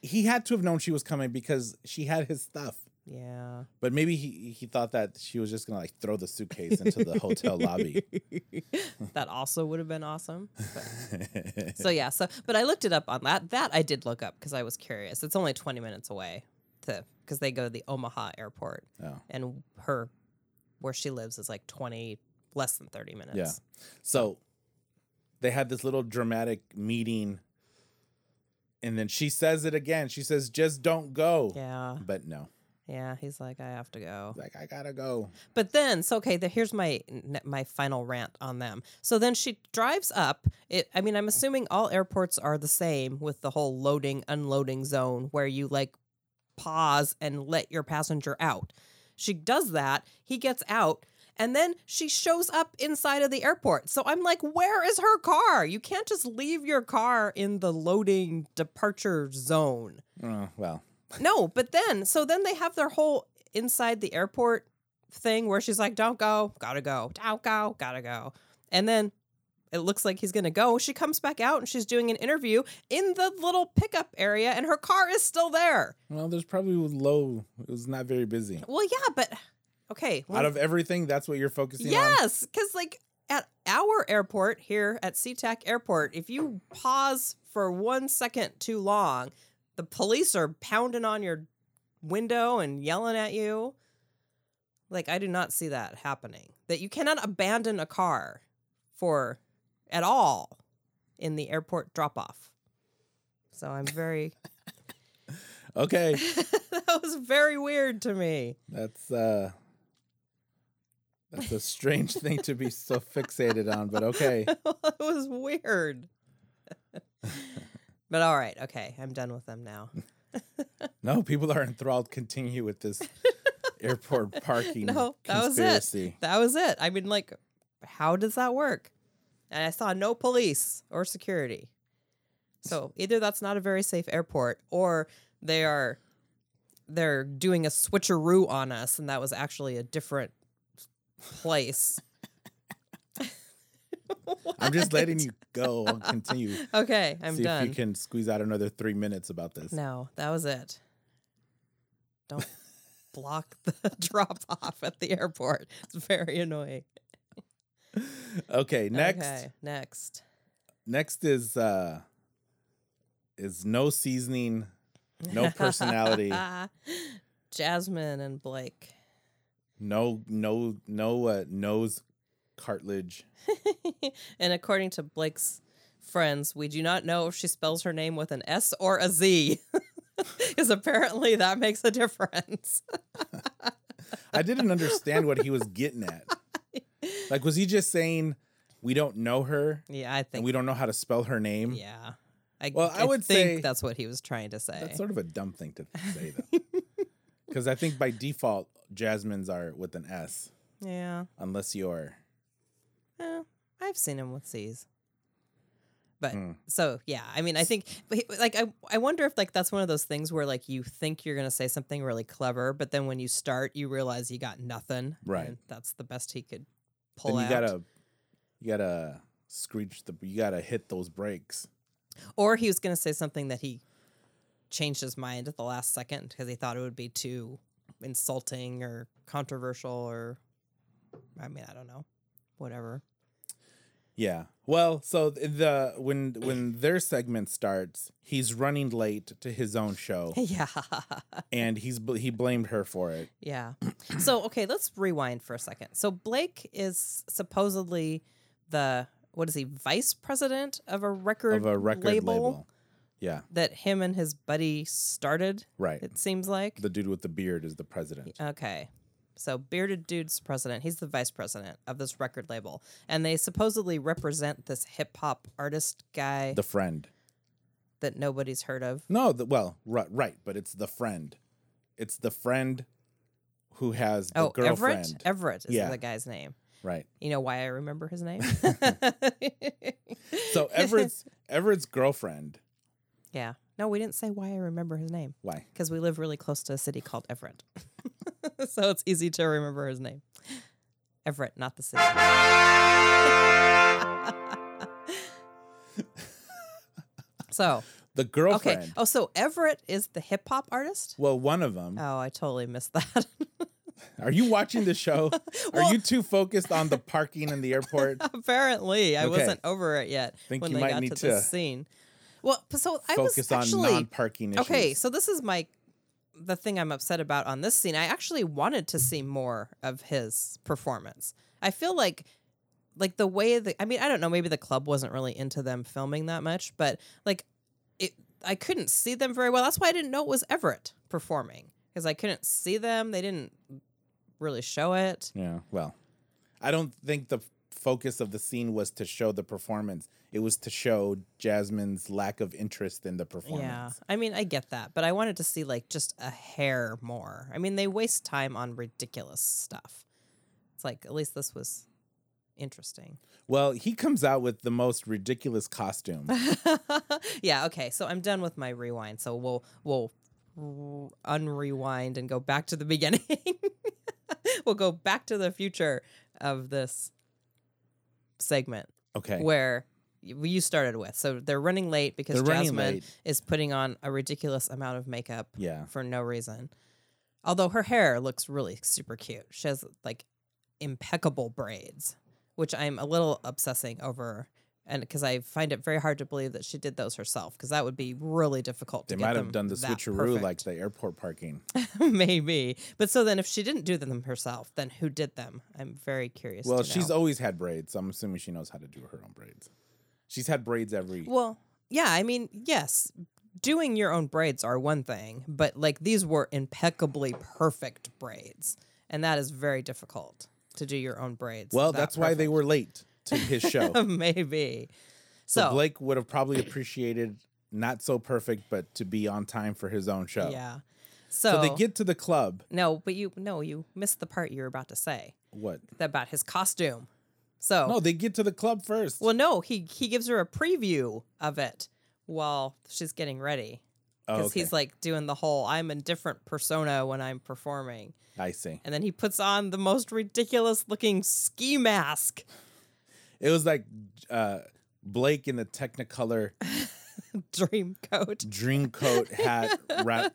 Speaker 1: he had to have known she was coming because she had his stuff
Speaker 4: Yeah.
Speaker 1: but maybe he he thought that she was just gonna like throw the suitcase into the hotel lobby
Speaker 4: that also would have been awesome. but- so yeah, so but I looked it up on that. That I did look up because I was curious. It's only twenty minutes away, to because they go to the Omaha airport,
Speaker 1: Oh.
Speaker 4: and her where she lives is like twenty less than thirty minutes.
Speaker 1: Yeah. So they had this little dramatic meeting. And then she says it again. She says, just don't go.
Speaker 4: yeah,
Speaker 1: But no,
Speaker 4: yeah. He's like, I have to go.
Speaker 1: like, I gotta go.
Speaker 4: But then, so okay, the, here's my n- my final rant on them. So then she drives up. It, I mean, I'm assuming all airports are the same with the whole loading unloading zone where you like pause and let your passenger out. She does that. He gets out. And then she shows up inside of the airport. So I'm like, where is her car? You can't just leave your car in the loading departure zone.
Speaker 1: Oh, well,
Speaker 4: No, but then so then they have their whole inside the airport thing where she's like, "Don't go, gotta go, don't go, gotta go," and then it looks like he's gonna go. She comes back out and she's doing an interview in the little pickup area, and her car is still there.
Speaker 1: well, there's probably low. It was not very busy.
Speaker 4: Well, yeah, but okay. well,
Speaker 1: Out of everything, that's what you're focusing on.
Speaker 4: yes, because like at our airport here at SeaTac Airport, if you pause for one second too long, the police are pounding on your window and yelling at you. Like I do not see that happening. That you cannot abandon a car for at all in the airport drop off. So I'm very
Speaker 1: Okay.
Speaker 4: that was very weird to me.
Speaker 1: That's, uh, that's a strange thing to be so fixated on, but okay.
Speaker 4: it was weird. but all right, okay, I'm done with them now.
Speaker 1: No, people are enthralled. Continue with this airport parking
Speaker 4: No, that was
Speaker 1: conspiracy.
Speaker 4: it. That was it. I mean, like how does that work? And I saw no police or security. So either that's not a very safe airport or they are they're doing a switcheroo on us and that was actually a different place.
Speaker 1: I'm just letting you go. I'll continue.
Speaker 4: Okay, I'm
Speaker 1: See
Speaker 4: done.
Speaker 1: if you can squeeze out another three minutes about this.
Speaker 4: No, that was it. Don't block the drop off at the airport. It's very annoying.
Speaker 1: Okay, next.
Speaker 4: Okay, next.
Speaker 1: Next is uh is no seasoning, no personality,
Speaker 4: Jasmine and Blake.
Speaker 1: no no no uh, nose cartilage.
Speaker 4: and according to Blake's friends, we do not know if she spells her name with an S or a Z. Because apparently that makes a difference.
Speaker 1: I didn't understand what he was getting at. Like was he just saying we don't know her
Speaker 4: yeah, I
Speaker 1: and
Speaker 4: think.
Speaker 1: we don't know how to spell her name?
Speaker 4: yeah. I,
Speaker 1: Well, I would
Speaker 4: think
Speaker 1: say-
Speaker 4: that's what he was trying to say.
Speaker 1: That's sort of a dumb thing to say though. Cuz I think by default Jasmine's are with an S
Speaker 4: yeah.
Speaker 1: unless you're
Speaker 4: Eh, I've seen him with C's. But
Speaker 1: Hmm.
Speaker 4: so yeah, I mean, I think but he- like I I wonder if like that's one of those things where like you think you're gonna say something really clever, but then when you start, you realize you got nothing.
Speaker 1: Right.
Speaker 4: and that's the best he could pull
Speaker 1: then you
Speaker 4: out.
Speaker 1: gotta you gotta screech the you gotta hit those brakes.
Speaker 4: Or he was gonna say something that he changed his mind at the last second because he thought it would be too insulting or controversial or I mean I don't know, whatever.
Speaker 1: Yeah. Well, so th- the when when their segment starts, he's running late to his own show,
Speaker 4: yeah.
Speaker 1: and he's bl- he blamed her for it.
Speaker 4: Yeah. so okay, let's rewind for a second. So Blake is supposedly the what is he vice president of a record
Speaker 1: of a record label. Yeah,
Speaker 4: that him and his buddy started.
Speaker 1: Right.
Speaker 4: It seems like.
Speaker 1: the dude with the beard is the president.
Speaker 4: okay. So bearded dude's president. He's the vice president of this record label, and they supposedly represent this hip hop artist guy
Speaker 1: The friend.
Speaker 4: that nobody's heard of.
Speaker 1: No, the, well, right, right, but it's the friend. It's the friend who has the
Speaker 4: Oh,
Speaker 1: girlfriend.
Speaker 4: Everett. Everett is
Speaker 1: Yeah.
Speaker 4: the guy's name.
Speaker 1: right.
Speaker 4: You know why I remember his name?
Speaker 1: So Everett's Everett's girlfriend.
Speaker 4: yeah. No, we didn't say why I remember his name.
Speaker 1: Why?
Speaker 4: because we live really close to a city called Everett. so it's easy to remember his name. Everett, not the city. so,
Speaker 1: The
Speaker 4: okay.
Speaker 1: girlfriend.
Speaker 4: Oh, so Everett is the hip hop artist?
Speaker 1: Well, one of them.
Speaker 4: Oh, I totally missed that.
Speaker 1: Are you watching the show? Are you too focused on the parking and the airport?
Speaker 4: Apparently, I
Speaker 1: Okay.
Speaker 4: wasn't over it yet
Speaker 1: Think
Speaker 4: when
Speaker 1: you
Speaker 4: they
Speaker 1: might
Speaker 4: got
Speaker 1: need
Speaker 4: to
Speaker 1: to
Speaker 4: this scene. Well, p- so I was
Speaker 1: Focus on
Speaker 4: actually
Speaker 1: non-parking issues.
Speaker 4: Okay, so this is my the thing I'm upset about on this scene. I actually wanted to see more of his performance. I feel like like the way that I mean, I don't know, maybe the club wasn't really into them filming that much, but like it I couldn't see them very well. That's why I didn't know it was Everett performing because I couldn't see them. They didn't really show it.
Speaker 1: Yeah. Well, I don't think the f- focus of the scene was to show the performance. It was to show Jasmine's lack of interest in the
Speaker 4: Yeah.
Speaker 1: performance.
Speaker 4: I mean, I get that, but I wanted to see like just a hair more. I mean, they waste time on ridiculous stuff. It's like at least this was interesting.
Speaker 1: Well, he comes out with the most ridiculous costume.
Speaker 4: yeah, okay. So I'm done with my rewind. So we'll we'll r- unrewind and go back to the beginning. we'll go back to the future of this segment
Speaker 1: Okay.
Speaker 4: where y- you started with. So they're running late because
Speaker 1: They're running
Speaker 4: Jasmine
Speaker 1: late.
Speaker 4: is putting on a ridiculous amount of makeup
Speaker 1: Yeah.
Speaker 4: for no reason. Although her hair looks really super cute. She has like impeccable braids, which I'm a little obsessing over. And because I find it very hard to believe that she did those herself, because that would be really difficult
Speaker 1: They
Speaker 4: to get
Speaker 1: might
Speaker 4: them
Speaker 1: have done the
Speaker 4: that
Speaker 1: switcheroo
Speaker 4: perfect.
Speaker 1: like the airport parking.
Speaker 4: maybe. But so then, if she didn't do them herself, then who did them? I'm very curious.
Speaker 1: Well,
Speaker 4: to
Speaker 1: she's
Speaker 4: know.
Speaker 1: always had braids, so I'm assuming she knows how to do her own braids. She's had braids every.
Speaker 4: Well, yeah, I mean, yes, doing your own braids are one thing, but like these were impeccably perfect braids, and that is very difficult to do your own braids.
Speaker 1: well,
Speaker 4: that
Speaker 1: that's why they were late to his show.
Speaker 4: perfect. maybe. So,
Speaker 1: So Blake would have probably appreciated not so perfect, but to be on time for his own show.
Speaker 4: yeah. So,
Speaker 1: Oh. So they get to the club.
Speaker 4: no, but you no, you missed the part you were about to say
Speaker 1: What?
Speaker 4: about his costume. So
Speaker 1: No, they get to the club first.
Speaker 4: well, no, he he gives her a preview of it while she's getting ready
Speaker 1: Oh,
Speaker 4: because
Speaker 1: okay.
Speaker 4: he's like doing the whole "I'm a different persona when I'm performing,"
Speaker 1: I see.
Speaker 4: and then he puts on the most ridiculous looking ski mask,
Speaker 1: It was like uh, Blake in the Technicolor
Speaker 4: dream coat.
Speaker 1: dream coat hat wrap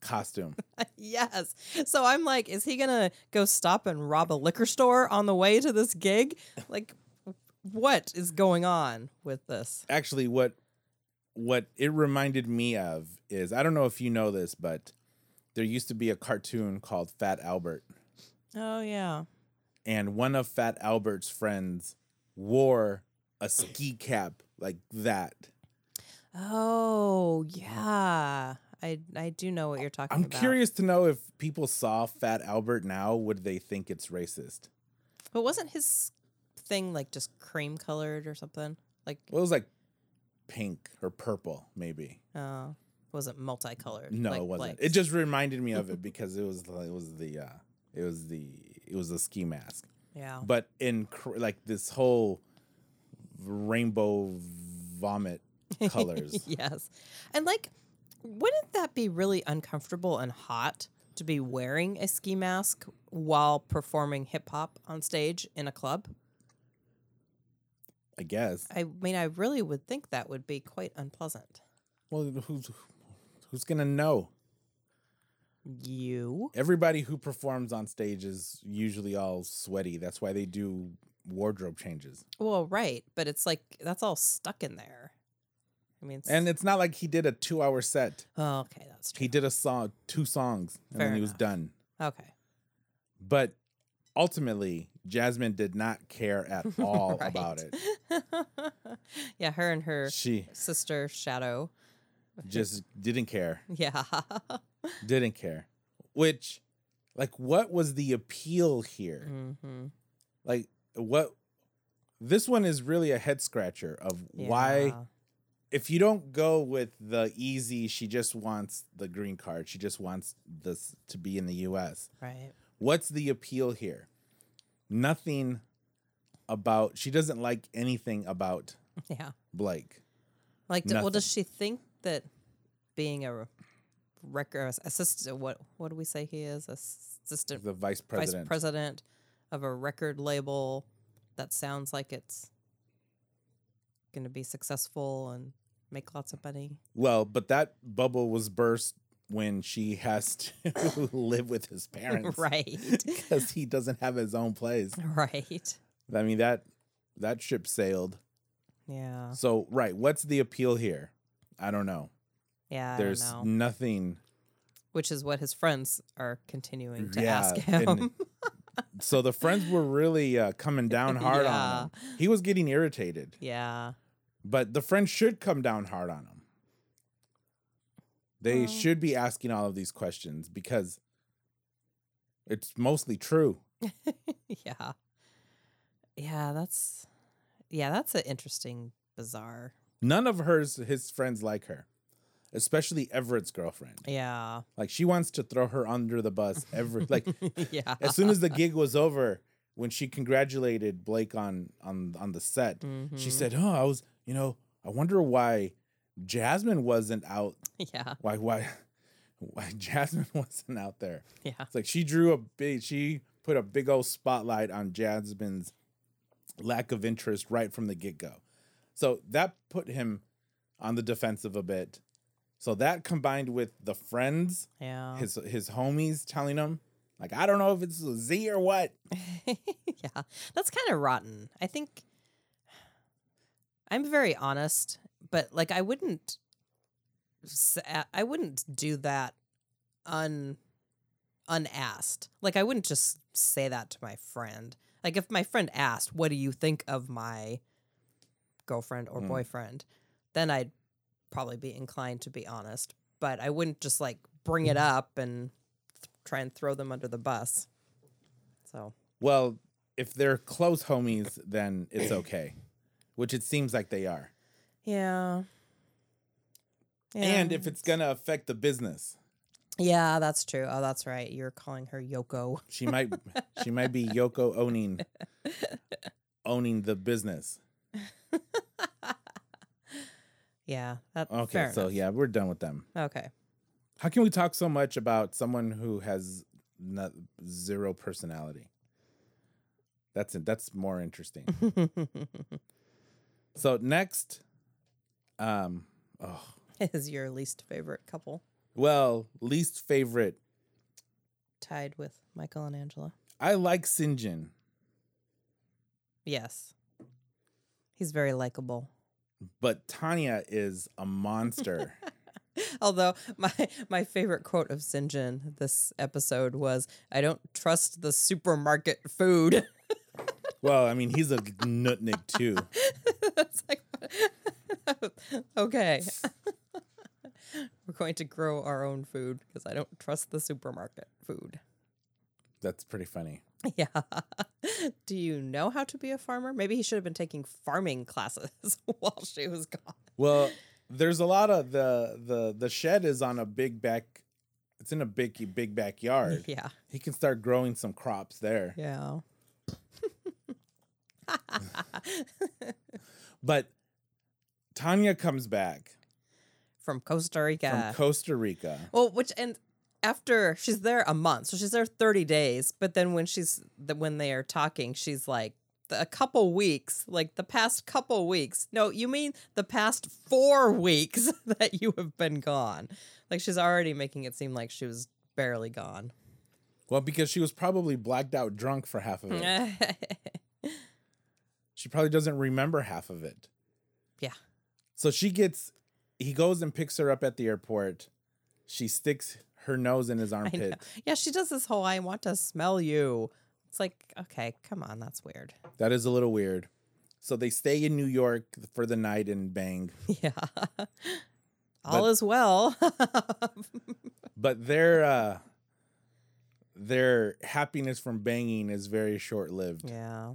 Speaker 1: costume.
Speaker 4: Yes. So I'm like, is he gonna go stop and rob a liquor store on the way to this gig? Like, what is going on with this?
Speaker 1: Actually, what what it reminded me of is I don't know if you know this, but there used to be a cartoon called Fat Albert,
Speaker 4: Oh yeah.
Speaker 1: and one of Fat Albert's friends wore a ski cap like that.
Speaker 4: Oh yeah. I I do know what you're talking
Speaker 1: I'm
Speaker 4: about.
Speaker 1: curious to know if people saw Fat Albert now, would they think it's racist?
Speaker 4: But wasn't his thing like just cream colored or something? Like,
Speaker 1: Well, it was like pink or purple, maybe.
Speaker 4: uh, wasn't multicolored.
Speaker 1: No,
Speaker 4: like,
Speaker 1: it wasn't.
Speaker 4: like-
Speaker 1: It just reminded me of it because it was it was the uh, it was the it was a ski mask.
Speaker 4: yeah.
Speaker 1: But in cr- like this whole rainbow vomit colors.
Speaker 4: yes. And like, wouldn't that be really uncomfortable and hot to be wearing a ski mask while performing hip hop on stage in a club?
Speaker 1: I guess.
Speaker 4: I mean, I really would think that would be quite unpleasant.
Speaker 1: Well, who's who's gonna know?
Speaker 4: You?
Speaker 1: Everybody who performs on stage is usually all sweaty. That's why they do wardrobe changes.
Speaker 4: Well, right. But it's like, that's all stuck in there. I mean, it's,
Speaker 1: And it's not like he did a two-hour set.
Speaker 4: oh, okay, that's true.
Speaker 1: He did a song, two songs, and
Speaker 4: Fair
Speaker 1: then he was
Speaker 4: enough.
Speaker 1: done.
Speaker 4: Okay.
Speaker 1: But ultimately, Jasmine did not care at all
Speaker 4: Right.
Speaker 1: about it.
Speaker 4: yeah, her and her
Speaker 1: She
Speaker 4: sister Shadow.
Speaker 1: just didn't care.
Speaker 4: Yeah.
Speaker 1: Didn't care. Which, like, what was the appeal here?
Speaker 4: hmm
Speaker 1: Like, what? This one is really a head scratcher of why, if you don't go with the easy, she just wants the green card, she just wants this to be in the US.
Speaker 4: Right.
Speaker 1: What's the appeal here? Nothing about, she doesn't like anything about
Speaker 4: Yeah.
Speaker 1: Blake.
Speaker 4: Like, d well, does
Speaker 1: Nothing.
Speaker 4: she think that being a record assistant, what what do we say he is? Assistant
Speaker 1: the vice
Speaker 4: vice
Speaker 1: president.
Speaker 4: president of a record label that sounds like it's going to be successful and make lots of money.
Speaker 1: well, but that bubble was burst when she has to live with his parents,
Speaker 4: right.
Speaker 1: Because he doesn't have his own place.
Speaker 4: right.
Speaker 1: I mean that that ship sailed.
Speaker 4: Yeah.
Speaker 1: So right, what's the appeal here? I don't know.
Speaker 4: Yeah. I
Speaker 1: There's
Speaker 4: don't know.
Speaker 1: nothing.
Speaker 4: Which is what his friends are continuing to
Speaker 1: Yeah,
Speaker 4: ask him.
Speaker 1: and- So the friends were really uh, coming down hard on him. He was getting irritated,
Speaker 4: yeah.
Speaker 1: but the friends should come down hard on him. They
Speaker 4: Well-
Speaker 1: should be asking all of these questions because it's mostly true.
Speaker 4: yeah. Yeah, that's yeah, that's an interesting bizarre.
Speaker 1: None of hers his friends like her, especially Everett's girlfriend.
Speaker 4: Yeah.
Speaker 1: Like she wants to throw her under the bus every like
Speaker 4: yeah.
Speaker 1: as soon as the gig was over when she congratulated Blake on on on the set. She
Speaker 4: Mhm.
Speaker 1: said, "Oh, I was, you know, I wonder why Jasmine wasn't out.
Speaker 4: Yeah.
Speaker 1: Why why why Jasmine wasn't out there?"
Speaker 4: Yeah.
Speaker 1: It's like she drew a big she put a big old spotlight on Jasmine's lack of interest right from the get-go. So that put him on the defensive a bit. So that combined with the friends,
Speaker 4: Yeah.
Speaker 1: his his homies telling him, like, I don't know if it's a Z or what.
Speaker 4: yeah. That's kind of rotten. I think I'm very honest, but like I wouldn't s- a- I wouldn't do that un unasked. Like I wouldn't just say that to my friend. Like if my friend asked, "What do you think of my girlfriend or
Speaker 1: Mm.
Speaker 4: boyfriend?" then I'd probably be inclined to be honest, but I wouldn't just like bring it up and th- try and throw them under the bus. So
Speaker 1: Well, if they're close homies, then it's okay. Which it seems like they are.
Speaker 4: Yeah.
Speaker 1: And if it's gonna affect the business,
Speaker 4: yeah, that's true. Oh, that's right. You're calling her Yoko.
Speaker 1: she might she might be Yoko owning owning the business.
Speaker 4: Yeah. That's
Speaker 1: Okay,
Speaker 4: fair
Speaker 1: so
Speaker 4: enough.
Speaker 1: yeah, we're done with them.
Speaker 4: Okay.
Speaker 1: How can we talk so much about someone who has not zero personality? That's it. That's more interesting. so next, um, oh,
Speaker 4: Is your least favorite couple
Speaker 1: well, least favorite.
Speaker 4: tied with Michael and Angela?
Speaker 1: I like Sinjin,
Speaker 4: Yes. He's very likable.
Speaker 1: but Tanya is a monster.
Speaker 4: Although my my favorite quote of Sinjin this episode was, "I don't trust the supermarket food."
Speaker 1: well, I mean, he's a nutnik too.
Speaker 4: it's like, okay, we're going to grow our own food because I don't trust the supermarket food.
Speaker 1: That's pretty funny.
Speaker 4: Yeah. Do you know how to be a farmer? Maybe he should have been taking farming classes while she was gone.
Speaker 1: Well, there's a lot of the the the shed is on a big back. It's in a big big backyard.
Speaker 4: Yeah.
Speaker 1: He can start growing some crops there.
Speaker 4: Yeah.
Speaker 1: But Tanya comes back
Speaker 4: From Costa Rica.
Speaker 1: from Costa Rica.
Speaker 4: Well, which and after she's there a month, so she's there thirty days. But then when she's the, when they are talking, she's like "The- a couple weeks, like the past couple weeks. No, you mean the past four weeks that you have been gone. Like she's already making it seem like she was barely gone.
Speaker 1: Well, because she was probably blacked out drunk for half of it. she probably doesn't remember half of it.
Speaker 4: yeah,
Speaker 1: So she gets he goes and picks her up at the airport. She sticks her nose in his
Speaker 4: I know.
Speaker 1: armpit.
Speaker 4: Yeah, she does this whole "I want to smell you." It's like, okay, come on, that's weird.
Speaker 1: That is a little weird. So they stay in New York for the night and bang.
Speaker 4: Yeah, all
Speaker 1: But-
Speaker 4: is well.
Speaker 1: but their uh their happiness from banging is very short lived.
Speaker 4: yeah.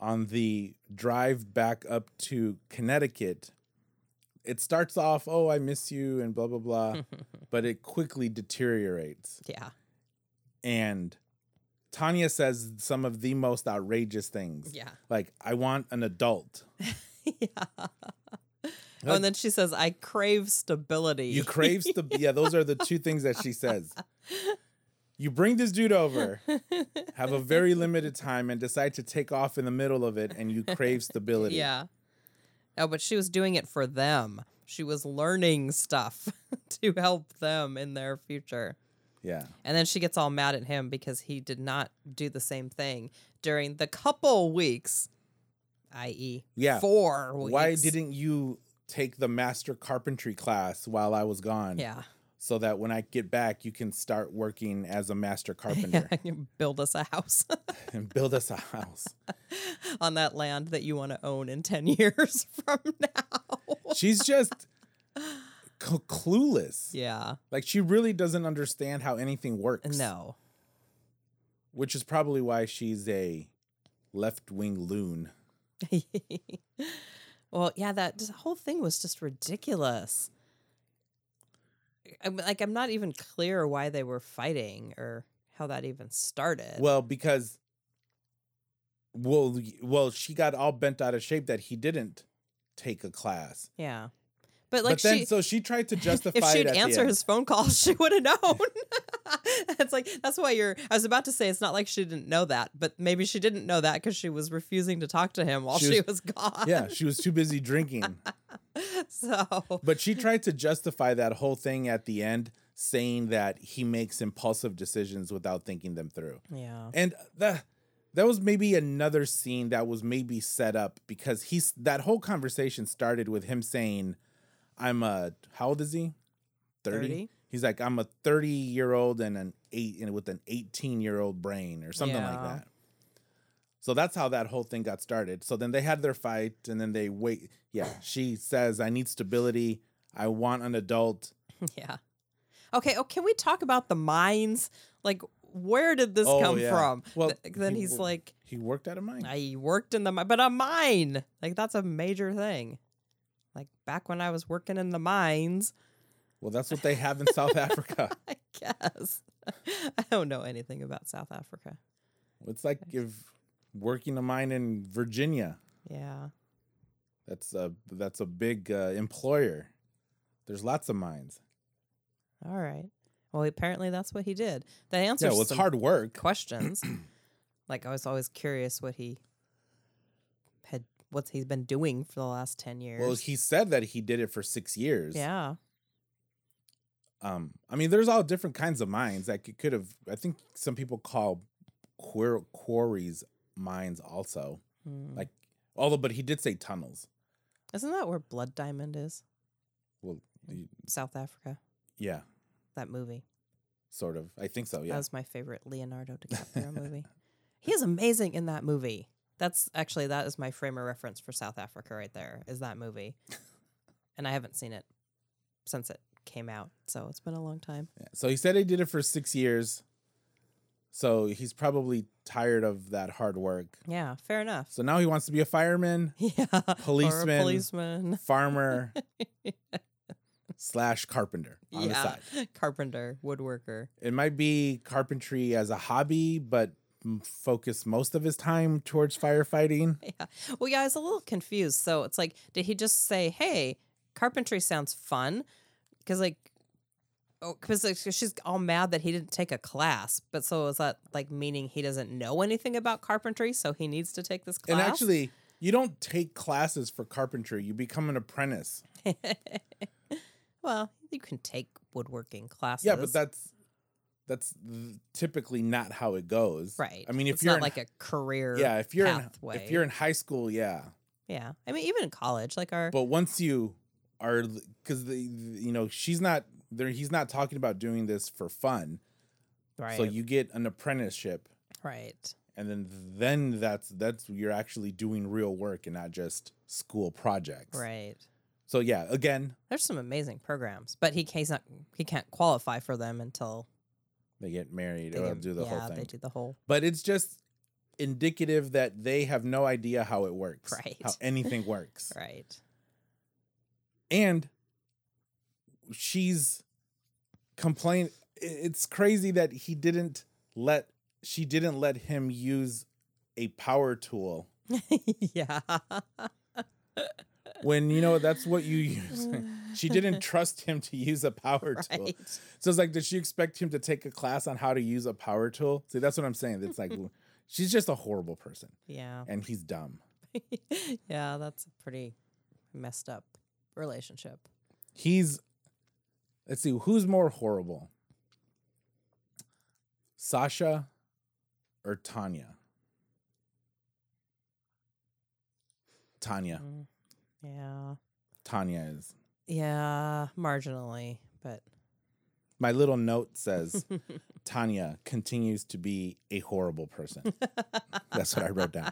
Speaker 1: On the drive back up to Connecticut, it starts off, "Oh, I miss you," and blah blah blah, but it quickly deteriorates.
Speaker 4: Yeah. Oh,
Speaker 1: And Tanya says some of the most outrageous things.
Speaker 4: Yeah.
Speaker 1: like I want an adult.
Speaker 4: Oh, and then she says, I crave stability.
Speaker 1: You crave the yeah. Those are the two things that she says. You bring this dude over, have a very limited time, and decide to take off in the middle of it, and you crave stability.
Speaker 4: yeah. Oh, but she was doing it for them. She was learning stuff to help them in their future.
Speaker 1: yeah.
Speaker 4: And then she gets all mad at him because he did not do the same thing during the couple weeks, i.e.,
Speaker 1: Yeah.
Speaker 4: four weeks.
Speaker 1: Why didn't you take the master carpentry class while I was gone?
Speaker 4: Yeah.
Speaker 1: So that when I get back, you can start working as a master carpenter
Speaker 4: Build us a house
Speaker 1: and build us a house.
Speaker 4: on that land that you want to own in 10 years from now.
Speaker 1: She's just c- clueless.
Speaker 4: yeah.
Speaker 1: Like she really doesn't understand how anything works.
Speaker 4: No.
Speaker 1: which is probably why she's a left wing loon.
Speaker 4: Well, yeah, that just- whole thing was just ridiculous. I'm like, I'm not even clear why they were fighting or how that even started.
Speaker 1: Well, because well, y- well, she got all bent out of shape that he didn't take a class.
Speaker 4: yeah, but like
Speaker 1: but then,
Speaker 4: she,
Speaker 1: so she tried to justify
Speaker 4: if she'd
Speaker 1: it at the
Speaker 4: answer
Speaker 1: end.
Speaker 4: his phone call, she would have known. it's like that's why you're. I was about to say it's not like she didn't know that, but maybe she didn't know that because she was refusing to talk to him while
Speaker 1: She
Speaker 4: she,
Speaker 1: was-
Speaker 4: was, gone.
Speaker 1: Yeah, she was too busy drinking.
Speaker 4: So
Speaker 1: but she tried to justify that whole thing at the end, saying that he makes impulsive decisions without thinking them through.
Speaker 4: yeah,
Speaker 1: And that that was maybe another scene that was maybe set up because he's that whole conversation started with him saying, "I'm a how old is he? 30?
Speaker 4: 30?
Speaker 1: He's like, "I'm a thirty year old and an eight and with an eighteen year old brain or something like
Speaker 4: Yeah.
Speaker 1: that." So that's how that whole thing got started. So then they had their fight and then they wait. Yeah, she says, "I need stability. I want an adult."
Speaker 4: Yeah. Okay. Oh, can we talk about the mines? Like, where did this
Speaker 1: Oh,
Speaker 4: come
Speaker 1: yeah.
Speaker 4: from?
Speaker 1: Well,
Speaker 4: Th- then
Speaker 1: he
Speaker 4: he's
Speaker 1: wo-
Speaker 4: like,
Speaker 1: He worked out of mine.
Speaker 4: I worked in the mine, but a mine. Like, that's a major thing. Like, back when I was working in the mines,
Speaker 1: well, that's what they have in South Africa.
Speaker 4: I guess. I don't know anything about South Africa.
Speaker 1: It's like if working a mine in Virginia.
Speaker 4: Yeah.
Speaker 1: That's a that's a big uh, employer. There's lots of mines.
Speaker 4: All right. Well, apparently that's what he did. That answers
Speaker 1: yeah, well, it's
Speaker 4: some
Speaker 1: hard work.
Speaker 4: questions. like I was always curious what he had, what he's been doing for the last ten years.
Speaker 1: Well, he said that he did it for six years.
Speaker 4: yeah,
Speaker 1: Um, I mean, there's all different kinds of mines that c- could have. I think some people call quar- quarries mines also.
Speaker 4: Hmm.
Speaker 1: Like, although, but he did say tunnels.
Speaker 4: isn't that where Blood Diamond is?
Speaker 1: Well, y-
Speaker 4: South Africa.
Speaker 1: yeah,
Speaker 4: That movie.
Speaker 1: sort of. I think so. Yeah.
Speaker 4: That was my favorite Leonardo DiCaprio movie. He is amazing in that movie. That's actually that is my frame of reference for South Africa right there. Is that movie? and I haven't seen it since it came out, so it's been a long time.
Speaker 1: So he said he did it for six years. So he's probably tired of that hard work.
Speaker 4: Yeah, fair enough.
Speaker 1: So now he wants to be a fireman,
Speaker 4: Yeah, or
Speaker 1: Policeman.
Speaker 4: a policeman,
Speaker 1: farmer, slash carpenter on the
Speaker 4: yeah,
Speaker 1: side.
Speaker 4: carpenter, woodworker.
Speaker 1: It might be carpentry as a hobby, but m- focus most of his time towards firefighting.
Speaker 4: Yeah. Well, yeah, I was a little confused. So it's like, did he just say, "Hey, carpentry sounds fun"? Because like, oh, because she's all mad that he didn't take a class. But so is that like meaning he doesn't know anything about carpentry, so he needs to take this class?
Speaker 1: And actually, you don't take classes for carpentry, you become an apprentice.
Speaker 4: well, you can take woodworking classes.
Speaker 1: Yeah, but that's that's th- typically not how it goes.
Speaker 4: right.
Speaker 1: I mean, if
Speaker 4: it's
Speaker 1: you're
Speaker 4: not
Speaker 1: in-
Speaker 4: like a career,
Speaker 1: yeah, if you're in,
Speaker 4: pathway.
Speaker 1: if you're in high school, yeah.
Speaker 4: yeah, I mean, even in college, like our
Speaker 1: But once you are, because the the- you know she's not there, he's not talking about doing this for fun.
Speaker 4: right,
Speaker 1: So you get an apprenticeship,
Speaker 4: right.
Speaker 1: and then then that's that's you're actually doing real work and not just school projects.
Speaker 4: Right.
Speaker 1: So yeah, again,
Speaker 4: There's some amazing programs, but he he's not he can't qualify for them until
Speaker 1: they get married
Speaker 4: they
Speaker 1: or
Speaker 4: get-
Speaker 1: do the
Speaker 4: yeah,
Speaker 1: whole
Speaker 4: They
Speaker 1: thing.
Speaker 4: do the whole
Speaker 1: But it's just indicative that they have no idea how it works,
Speaker 4: Right.
Speaker 1: How anything works,
Speaker 4: right.
Speaker 1: and she's complain i- it's crazy that he didn't let she didn't let him use a power tool
Speaker 4: yeah,
Speaker 1: when you know that's what you use she didn't trust him to use a power tool
Speaker 4: right.
Speaker 1: so it's like did she expect him to take a class on how to use a power tool see that's what i'm saying it's like she's just a horrible person
Speaker 4: Yeah,
Speaker 1: and he's dumb
Speaker 4: yeah. That's a pretty messed up relationship.
Speaker 1: he's let's see who's more horrible sasha or tanya tanya
Speaker 4: Yeah,
Speaker 1: tanya is
Speaker 4: yeah. Marginally, but
Speaker 1: my little note says tanya continues to be a horrible person that's what i wrote down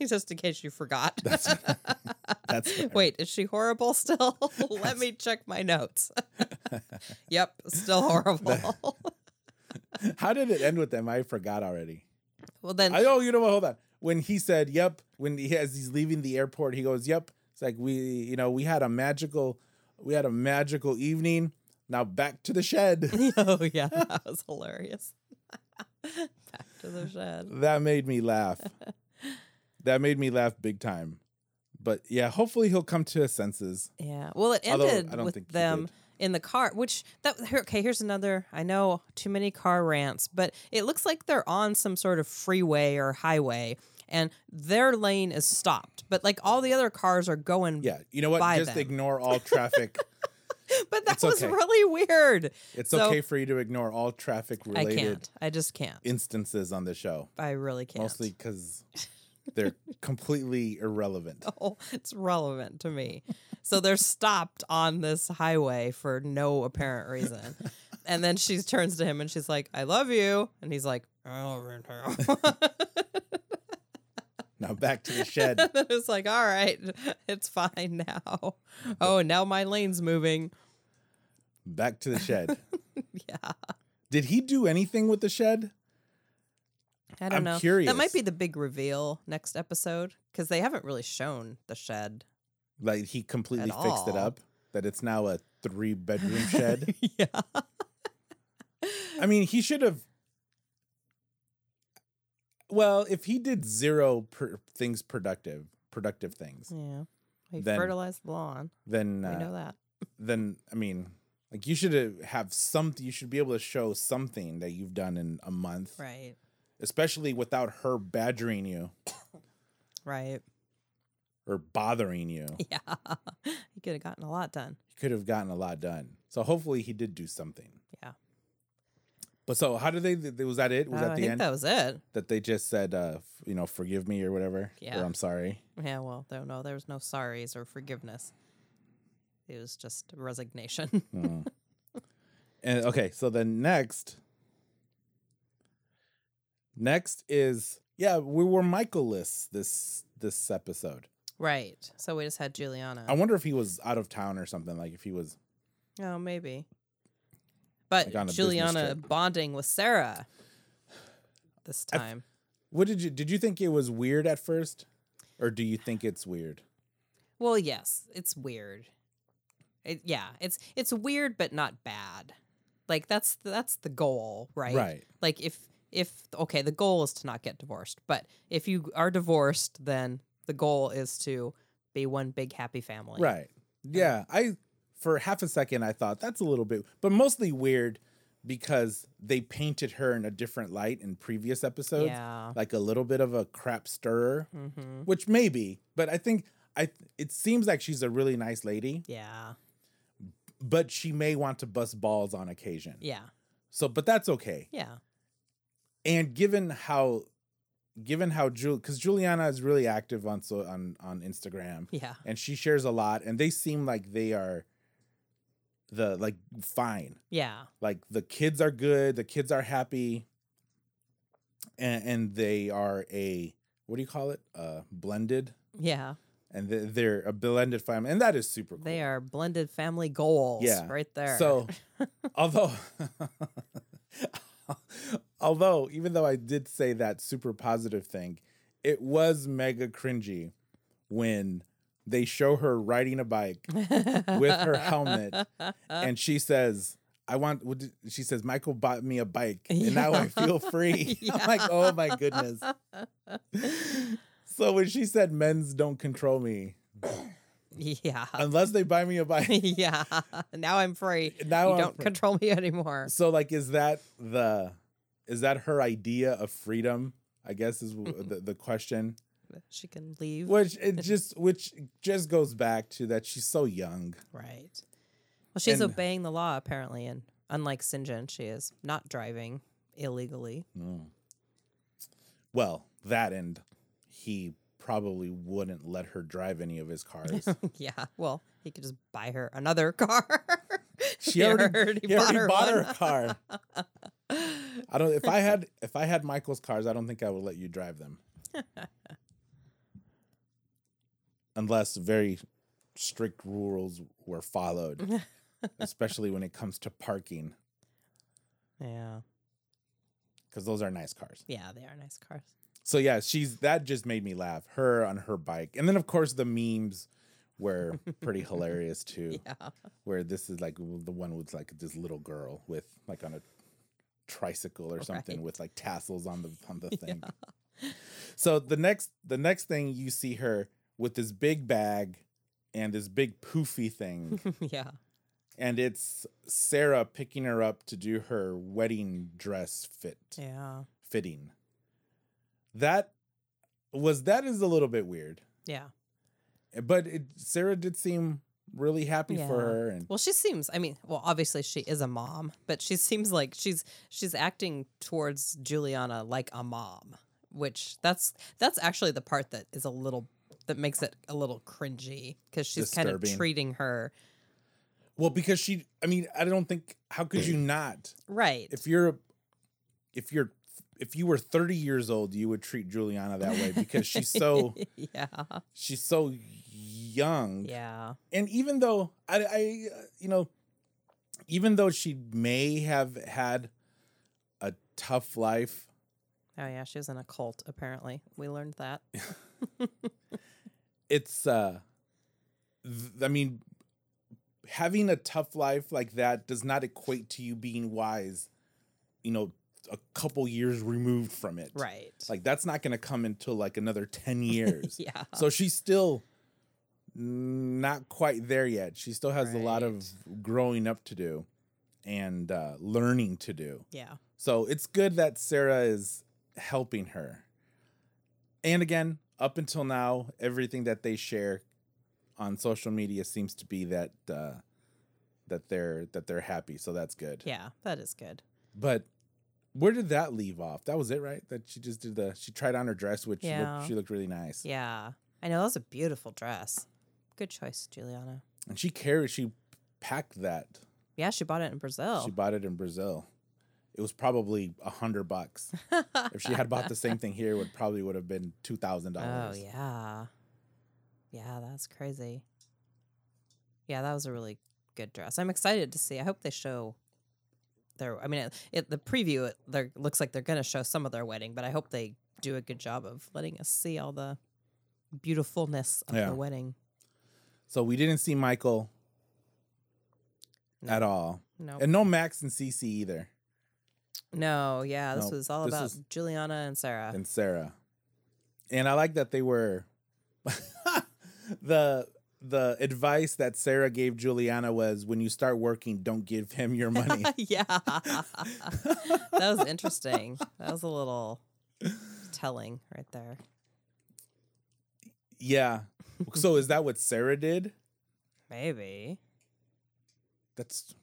Speaker 4: just in case you forgot.
Speaker 1: that's that's what I-
Speaker 4: Wait, is she horrible still? Let me check my notes. yep, still horrible.
Speaker 1: how did it end with them i forgot already
Speaker 4: well, then
Speaker 1: I oh, you know what? Hold on. When he said, "Yep," when he as he's leaving the airport, he goes, "Yep." It's like we, you know, we had a magical, we had a magical evening. Now back to the shed.
Speaker 4: oh yeah, that was hilarious. Back to the shed.
Speaker 1: that made me laugh. that made me laugh big time. But yeah, hopefully he'll come to his senses.
Speaker 4: Yeah. Well, it
Speaker 1: Although,
Speaker 4: ended
Speaker 1: I don't
Speaker 4: with
Speaker 1: think he
Speaker 4: them
Speaker 1: did.
Speaker 4: in the car, which that here- okay. Here's another. I know too many car rants, but it looks like they're on some sort of freeway or highway, and their lane is stopped, but like all the other cars are going.
Speaker 1: Yeah, you know what?
Speaker 4: By
Speaker 1: Just
Speaker 4: them.
Speaker 1: ignore all traffic.
Speaker 4: But that
Speaker 1: it's
Speaker 4: was
Speaker 1: okay.
Speaker 4: really weird.
Speaker 1: it's
Speaker 4: So,
Speaker 1: okay for you to ignore all traffic
Speaker 4: I
Speaker 1: related
Speaker 4: can't. I just can't.
Speaker 1: instances on the show,
Speaker 4: I really can't.
Speaker 1: mostly because they're completely irrelevant.
Speaker 4: Oh, it's relevant to me. So they're stopped on this highway for no apparent reason. And then she turns to him and she's like, I love you. And he's like, I love you too."
Speaker 1: Now back to the shed.
Speaker 4: And it's like, all right, it's fine now. Oh, now my lane's moving.
Speaker 1: Back to the shed.
Speaker 4: Yeah.
Speaker 1: Did he do anything with the shed?
Speaker 4: I don't
Speaker 1: I'm
Speaker 4: know.
Speaker 1: curious.
Speaker 4: That might be the big reveal next episode because they haven't really shown the shed.
Speaker 1: Like he completely
Speaker 4: At
Speaker 1: fixed it
Speaker 4: all.
Speaker 1: up. That it's now a three bedroom shed.
Speaker 4: yeah.
Speaker 1: I mean, he should have. Well, if he did zero per, things productive, productive things,
Speaker 4: Yeah. He
Speaker 1: Then-
Speaker 4: fertilized the lawn.
Speaker 1: then
Speaker 4: I Mm, know
Speaker 1: uh,
Speaker 4: that.
Speaker 1: then I mean, like you should uh, have something. You should be able to show something that you've done in a month,
Speaker 4: Right.
Speaker 1: especially without her badgering you
Speaker 4: Right.
Speaker 1: or bothering you.
Speaker 4: Yeah. he could have gotten a lot done.
Speaker 1: You could have gotten a lot done. So hopefully he did do something.
Speaker 4: Yeah.
Speaker 1: But so how did they? th- Was that it? Was
Speaker 4: Oh,
Speaker 1: that
Speaker 4: I
Speaker 1: the
Speaker 4: think
Speaker 1: end?
Speaker 4: that was it.
Speaker 1: that they just said, uh, f- you know, forgive me or whatever.
Speaker 4: Yeah.
Speaker 1: Or I'm sorry.
Speaker 4: Yeah, well, there no there was no sorries or forgiveness. It was just resignation.
Speaker 1: Hmm. And okay, so then next, next is yeah, we were Michaelis this this episode.
Speaker 4: right. So we just had Juliana.
Speaker 1: I wonder if he was out of town or something. Like if he was
Speaker 4: oh, maybe.
Speaker 1: Like
Speaker 4: But
Speaker 1: on a business
Speaker 4: Juliana
Speaker 1: trip.
Speaker 4: bonding with Sarah this
Speaker 1: I-
Speaker 4: time.
Speaker 1: What did you did you think it was weird at first, or do you think it's weird?
Speaker 4: well, yes, it's weird. It, yeah, it's it's weird but not bad. Like that's that's the goal, right?
Speaker 1: Right.
Speaker 4: Like if if okay, the goal is to not get divorced, but if you are divorced, then the goal is to be one big happy family.
Speaker 1: Right. Yeah. I for half a second I thought that's a little bit, but mostly weird because they painted her in a different light in previous episodes.
Speaker 4: Yeah.
Speaker 1: Like a little bit of a crap stirrer,
Speaker 4: Mm-hmm.
Speaker 1: which maybe, but I think I it seems like she's a really nice lady,
Speaker 4: Yeah.
Speaker 1: but she may want to bust balls on occasion.
Speaker 4: Yeah.
Speaker 1: So, but that's okay.
Speaker 4: Yeah.
Speaker 1: And given how given how Jul cuz Juliana is really active on so on on Instagram.
Speaker 4: Yeah.
Speaker 1: and she shares a lot and they seem like they are the like fine
Speaker 4: Yeah.
Speaker 1: like the kids are good the kids are happy and, and they are a what do you call it uh blended
Speaker 4: Yeah.
Speaker 1: and they- they're a blended family and that is super cool
Speaker 4: They are blended family goals
Speaker 1: Yeah.
Speaker 4: right there.
Speaker 1: so although although even though i did say that super positive thing it was mega cringy when they show her riding a bike with her helmet and she says i want what did- she says michael bought me a bike and now i feel free i'm like oh my goodness so when she said men's don't control me
Speaker 4: yeah.
Speaker 1: unless they buy me a bike
Speaker 4: yeah. Now I'm free.
Speaker 1: Now
Speaker 4: you
Speaker 1: I'm
Speaker 4: don't
Speaker 1: free.
Speaker 4: control me anymore.
Speaker 1: so like is that the is that her idea of freedom i guess is w- the, the question
Speaker 4: She can leave.
Speaker 1: which it just which just goes back to that she's so young
Speaker 4: Right. Well, she's
Speaker 1: And-
Speaker 4: obeying the law apparently, and unlike Sinjin, she is not driving illegally.
Speaker 1: well that and he probably wouldn't let her drive any of his cars
Speaker 4: yeah. Well, he could just buy her another car.
Speaker 1: She
Speaker 4: He
Speaker 1: already, he already bought, her,
Speaker 4: one.
Speaker 1: a car. I don't. If I had if I had Michael's cars, I don't think I would let you drive them, unless very strict rules were followed, especially when it comes to parking,
Speaker 4: Yeah.
Speaker 1: because those are nice cars.
Speaker 4: Yeah, they are nice cars.
Speaker 1: So yeah, she's that just made me laugh. Her on her bike, and then of course the memes were pretty hilarious too.
Speaker 4: Yeah.
Speaker 1: Where this is like w- the one with like this little girl with like on a tricycle or something
Speaker 4: Right.
Speaker 1: with like tassels on the on the thing. So the next the next thing you see her with this big bag and this big poofy thing,
Speaker 4: yeah.
Speaker 1: and it's Sarah picking her up to do her wedding dress fit
Speaker 4: Yeah.
Speaker 1: fitting. That was that is a little bit weird,
Speaker 4: Yeah.
Speaker 1: but it, Sarah did seem really happy for
Speaker 4: Yeah.
Speaker 1: her, and
Speaker 4: Well, she seems. I mean, well, obviously she is a mom, but she seems like she's she's acting towards Juliana like a mom, which that's that's actually the part that is a little that makes it a little cringy because she's kind of
Speaker 1: Disturbing.
Speaker 4: treating her
Speaker 1: well, because she, I mean, I don't think how could you not
Speaker 4: right.
Speaker 1: if you're if you're if you were 30 years old you would treat juliana that way because she's so
Speaker 4: yeah,
Speaker 1: she's so young
Speaker 4: yeah,
Speaker 1: and even though I, I uh, you know even though she may have had a tough life
Speaker 4: oh yeah. She was in a cult apparently. We learned that.
Speaker 1: it's uh th- i mean having a tough life like that does not equate to you being wise you know a couple years removed from it.
Speaker 4: Right.
Speaker 1: Like that's not going to come until like another 10 years.
Speaker 4: Yeah.
Speaker 1: So she's still not quite there yet. She still has a lot of growing up to do and uh, learning to do.
Speaker 4: yeah.
Speaker 1: So it's good that Sarah is helping her. And again, up until now, everything that they share on social media seems to be that uh, that they're that they're happy. So that's good.
Speaker 4: Yeah. That is good.
Speaker 1: But where did that leave off? That was it, right? That she just did the she tried on her dress, which
Speaker 4: Yeah.
Speaker 1: looked, she looked really nice.
Speaker 4: Yeah. I know. That was a beautiful dress. Good choice, Juliana.
Speaker 1: And she carried she packed that.
Speaker 4: Yeah. She bought it in Brazil.
Speaker 1: She bought it in Brazil. It was probably a hundred bucks. if she had bought the same thing here, it would probably would have been two thousand
Speaker 4: oh,
Speaker 1: dollars.
Speaker 4: yeah. Yeah. That's crazy. Yeah. That was a really good dress. I'm excited to see. I hope they show. Their, I mean, it, it, the preview it, there looks like they're going to show some of their wedding, but I hope they do a good job of letting us see all the beautifulness of
Speaker 1: Yeah.
Speaker 4: the wedding.
Speaker 1: So we didn't see Michael at all,
Speaker 4: No,
Speaker 1: and no Max and Cece either,
Speaker 4: no, yeah, this
Speaker 1: No,
Speaker 4: was all
Speaker 1: this
Speaker 4: about
Speaker 1: is-
Speaker 4: Juliana and Sarah.
Speaker 1: and Sarah. And I like that they were the the advice that Sarah gave Juliana was when you start working, don't give him your money.
Speaker 4: yeah, that was interesting. That was a little telling right there.
Speaker 1: yeah. So is that what Sarah did?
Speaker 4: Maybe.
Speaker 1: That's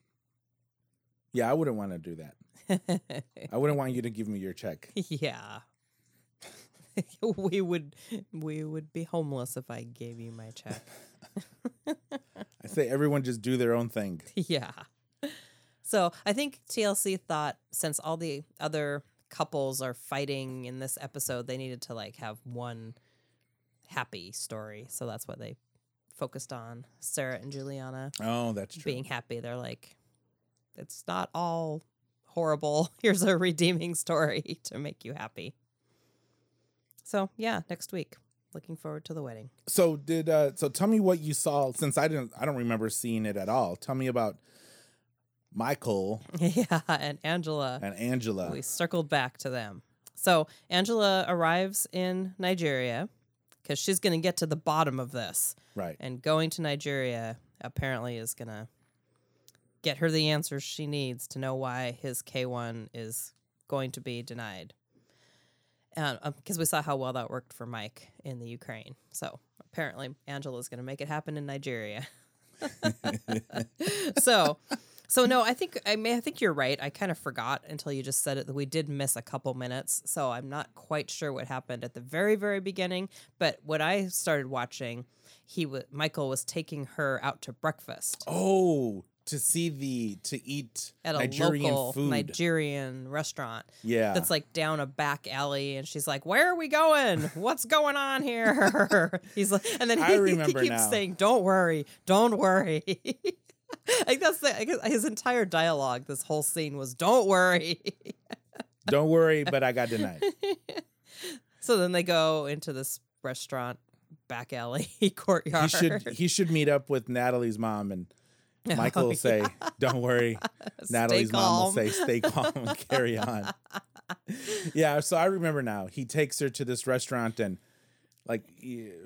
Speaker 1: yeah. I wouldn't want to do that. I wouldn't want you to give me your check.
Speaker 4: yeah. we would we would be homeless if I gave you my check.
Speaker 1: I say everyone just do their own thing.
Speaker 4: yeah. So I think TLC thought since all the other couples are fighting in this episode, they needed to like have one happy story. So that's what they focused on. Sarah and Juliana
Speaker 1: Oh, that's true.
Speaker 4: being happy. They're like, it's not all horrible. Here's a redeeming story to make you happy. So yeah, next week. Looking forward to the wedding.
Speaker 1: so did uh so tell me what you saw since i didn't i don't remember seeing it at all tell me about michael
Speaker 4: yeah, and Angela.
Speaker 1: and angela
Speaker 4: we circled back to them. So Angela arrives in Nigeria because she's going to get to the bottom of this.
Speaker 1: right
Speaker 4: And going to Nigeria apparently is going to get her the answers she needs to know why his K1 is going to be denied. Because we saw how well that worked for Mike in the Ukraine. So apparently Angela's going to make it happen in Nigeria. so so no i think i may i think you're right i kind of forgot until you just said it that we did miss a couple minutes so i'm not quite sure what happened at the very very beginning but when i started watching he was michael was taking her out to breakfast
Speaker 1: oh to see the to eat
Speaker 4: at a
Speaker 1: nigerian
Speaker 4: local
Speaker 1: food
Speaker 4: nigerian restaurant
Speaker 1: yeah
Speaker 4: that's like down a back alley and she's like where are we going what's going on here he's like and then
Speaker 1: I
Speaker 4: he, he
Speaker 1: remember
Speaker 4: keeps
Speaker 1: now.
Speaker 4: saying don't worry don't worry like that's the, I guess his entire dialogue this whole scene was don't worry
Speaker 1: don't worry but i got denied
Speaker 4: so then they go into this restaurant back alley courtyard
Speaker 1: he should he should meet up with natalie's mom and michael will say don't worry natalie's mom will
Speaker 4: Oh, calm.
Speaker 1: say stay calm and carry on yeah so i remember now he takes her to this restaurant and like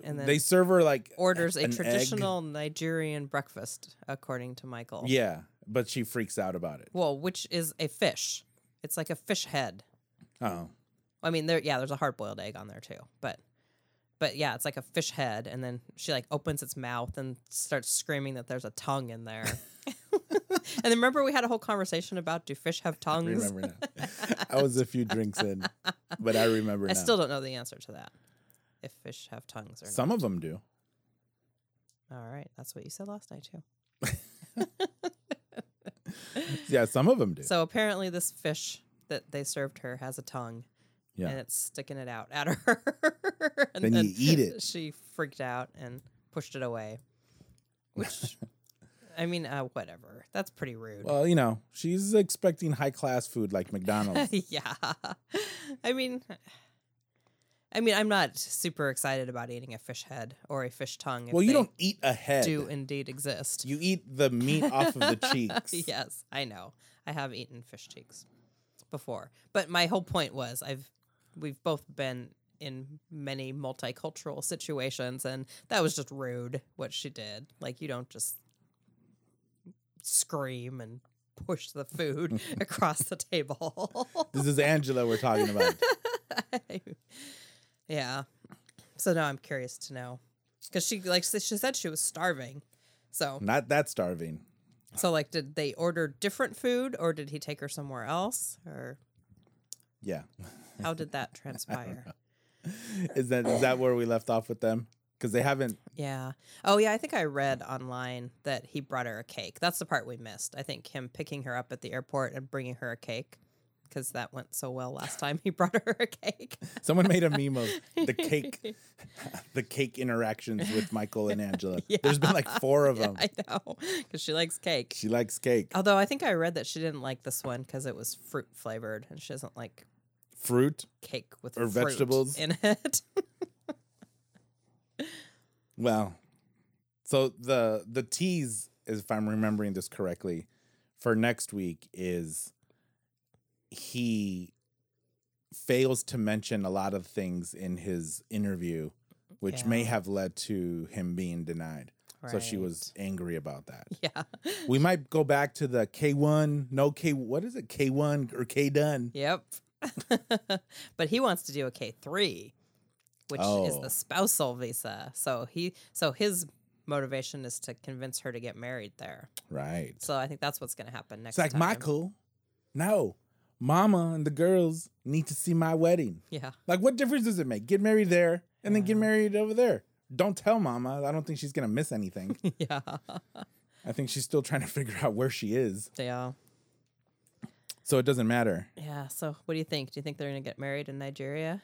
Speaker 4: And then
Speaker 1: they serve her like
Speaker 4: orders a
Speaker 1: an egg.
Speaker 4: traditional nigerian breakfast according to michael
Speaker 1: Yeah, but she freaks out about it.
Speaker 4: well which is a fish it's like a fish head
Speaker 1: Oh,
Speaker 4: I mean, there, yeah, there's a hard boiled egg on there too, but, but yeah, it's like a fish head, and then she like opens its mouth and starts screaming that there's a tongue in there. and then remember, we had a whole conversation about do fish have
Speaker 1: I
Speaker 4: tongues?
Speaker 1: remember now. I was a few drinks in, but I remember
Speaker 4: I
Speaker 1: now.
Speaker 4: still don't know the answer to that. If fish have tongues or not.
Speaker 1: Some of them do.
Speaker 4: All right, that's what you said last night too.
Speaker 1: Yeah, some of them do.
Speaker 4: So apparently, this fish that they served her has a tongue.
Speaker 1: Yeah.
Speaker 4: And it's sticking it out at her. and
Speaker 1: Then you eat it.
Speaker 4: She freaked out and pushed it away. Which, I mean, uh, whatever. That's pretty rude.
Speaker 1: well, you know, she's expecting high class food like McDonald's.
Speaker 4: yeah. I mean, I mean, I'm not super excited about eating a fish head or a fish tongue. If
Speaker 1: well, you
Speaker 4: they
Speaker 1: don't eat a head.
Speaker 4: do indeed exist.
Speaker 1: You eat the meat off of the cheeks.
Speaker 4: yes, I know. I have eaten fish cheeks. before. But my whole point was I've we've both been in many multicultural situations and that was just rude what she did. Like you don't just scream and push the food across the table.
Speaker 1: This is Angela we're talking about.
Speaker 4: yeah. So now I'm curious to know cuz she like s- she said she was starving. So
Speaker 1: Not that starving.
Speaker 4: so like did they order different food or did he take her somewhere else or
Speaker 1: Yeah.
Speaker 4: how did that transpire?
Speaker 1: Is that is that where we left off with them? Because they haven't.
Speaker 4: Yeah. Oh, yeah. I think I read online that he brought her a cake. That's the part we missed. I think him picking her up at the airport and bringing her a cake because that went so well last time he brought her a cake.
Speaker 1: Someone made a meme of the cake, the cake interactions with Michael and Angela. There's been like four of them.
Speaker 4: I know because she likes cake.
Speaker 1: Oh. She likes cake,
Speaker 4: Although I think I read that she didn't like this one because it was fruit flavored and she doesn't like
Speaker 1: fruit.
Speaker 4: cake with
Speaker 1: Or
Speaker 4: fruit
Speaker 1: vegetables.
Speaker 4: in it.
Speaker 1: Well, so the the tease, is, if I'm remembering this correctly, for next week is he fails to mention a lot of things in his interview, which may
Speaker 4: Yeah.
Speaker 1: have led to him being denied. So she
Speaker 4: Right.
Speaker 1: was angry about that.
Speaker 4: yeah.
Speaker 1: We might go back to the K one, no K. What is it? K one or K done?
Speaker 4: Yep. but he wants to do a K three, which is
Speaker 1: Oh.
Speaker 4: the spousal visa. So he so his motivation is to convince her to get married there.
Speaker 1: Right.
Speaker 4: So I think that's what's gonna happen next
Speaker 1: It's like
Speaker 4: time.
Speaker 1: Michael. No, Mama and the girls need to see my wedding.
Speaker 4: Yeah.
Speaker 1: Like, what difference does it make? Get married there and then get married over there. Don't tell Mama. I don't think she's gonna miss anything.
Speaker 4: Yeah.
Speaker 1: I think she's still trying to figure out where she is,
Speaker 4: Yeah.
Speaker 1: so it doesn't matter.
Speaker 4: Yeah. So what do you think? Do you think they're gonna get married in Nigeria?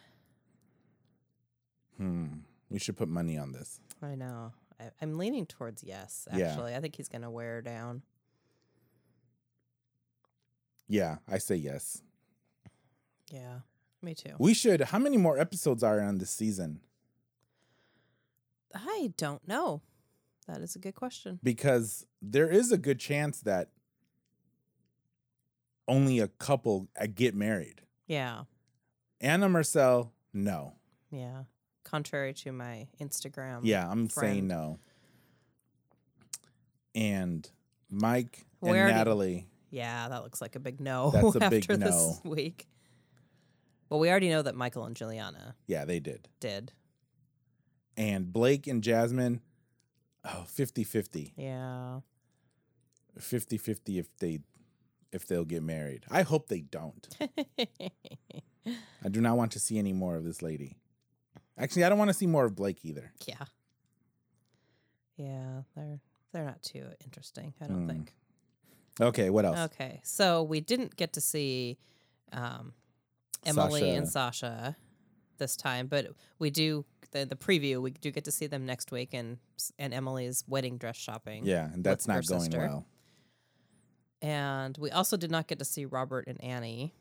Speaker 1: We should put money on this.
Speaker 4: I know. I, I'm leaning towards yes,
Speaker 1: Yeah.
Speaker 4: actually. I think he's gonna wear her down.
Speaker 1: Yeah, I say yes.
Speaker 4: Yeah. Me too.
Speaker 1: We should. How many more episodes are on this season?
Speaker 4: I don't know. That is a good question.
Speaker 1: Because there is a good chance that only a couple uh, get married.
Speaker 4: Yeah.
Speaker 1: Anna Marcel, no.
Speaker 4: Yeah. Contrary to my Instagram.
Speaker 1: Yeah, I'm saying
Speaker 4: friend.
Speaker 1: no. And Mike
Speaker 4: We
Speaker 1: and
Speaker 4: already-
Speaker 1: Natalie.
Speaker 4: Yeah, that looks like a big no.
Speaker 1: That's a
Speaker 4: after
Speaker 1: big
Speaker 4: this week. Well, we already know that Michael and Juliana
Speaker 1: Yeah, they did.
Speaker 4: did.
Speaker 1: And Blake and Jasmine, oh, 50-50.
Speaker 4: Yeah.
Speaker 1: 50-50 if they if they'll get married. I hope they don't. I do not want to see any more of this lady. Actually, I don't want to see more of Blake either.
Speaker 4: Yeah. Yeah, they're they're not too interesting, I
Speaker 1: Hmm.
Speaker 4: don't think.
Speaker 1: Okay, what else?
Speaker 4: Okay. So we didn't get to see um, Emily and Sasha this time, but we do the, the preview, we do get to see them next week and and Emily's wedding dress shopping.
Speaker 1: Yeah, and that's
Speaker 4: with her
Speaker 1: not going
Speaker 4: sister.
Speaker 1: well.
Speaker 4: And we also did not get to see Robert and Annie.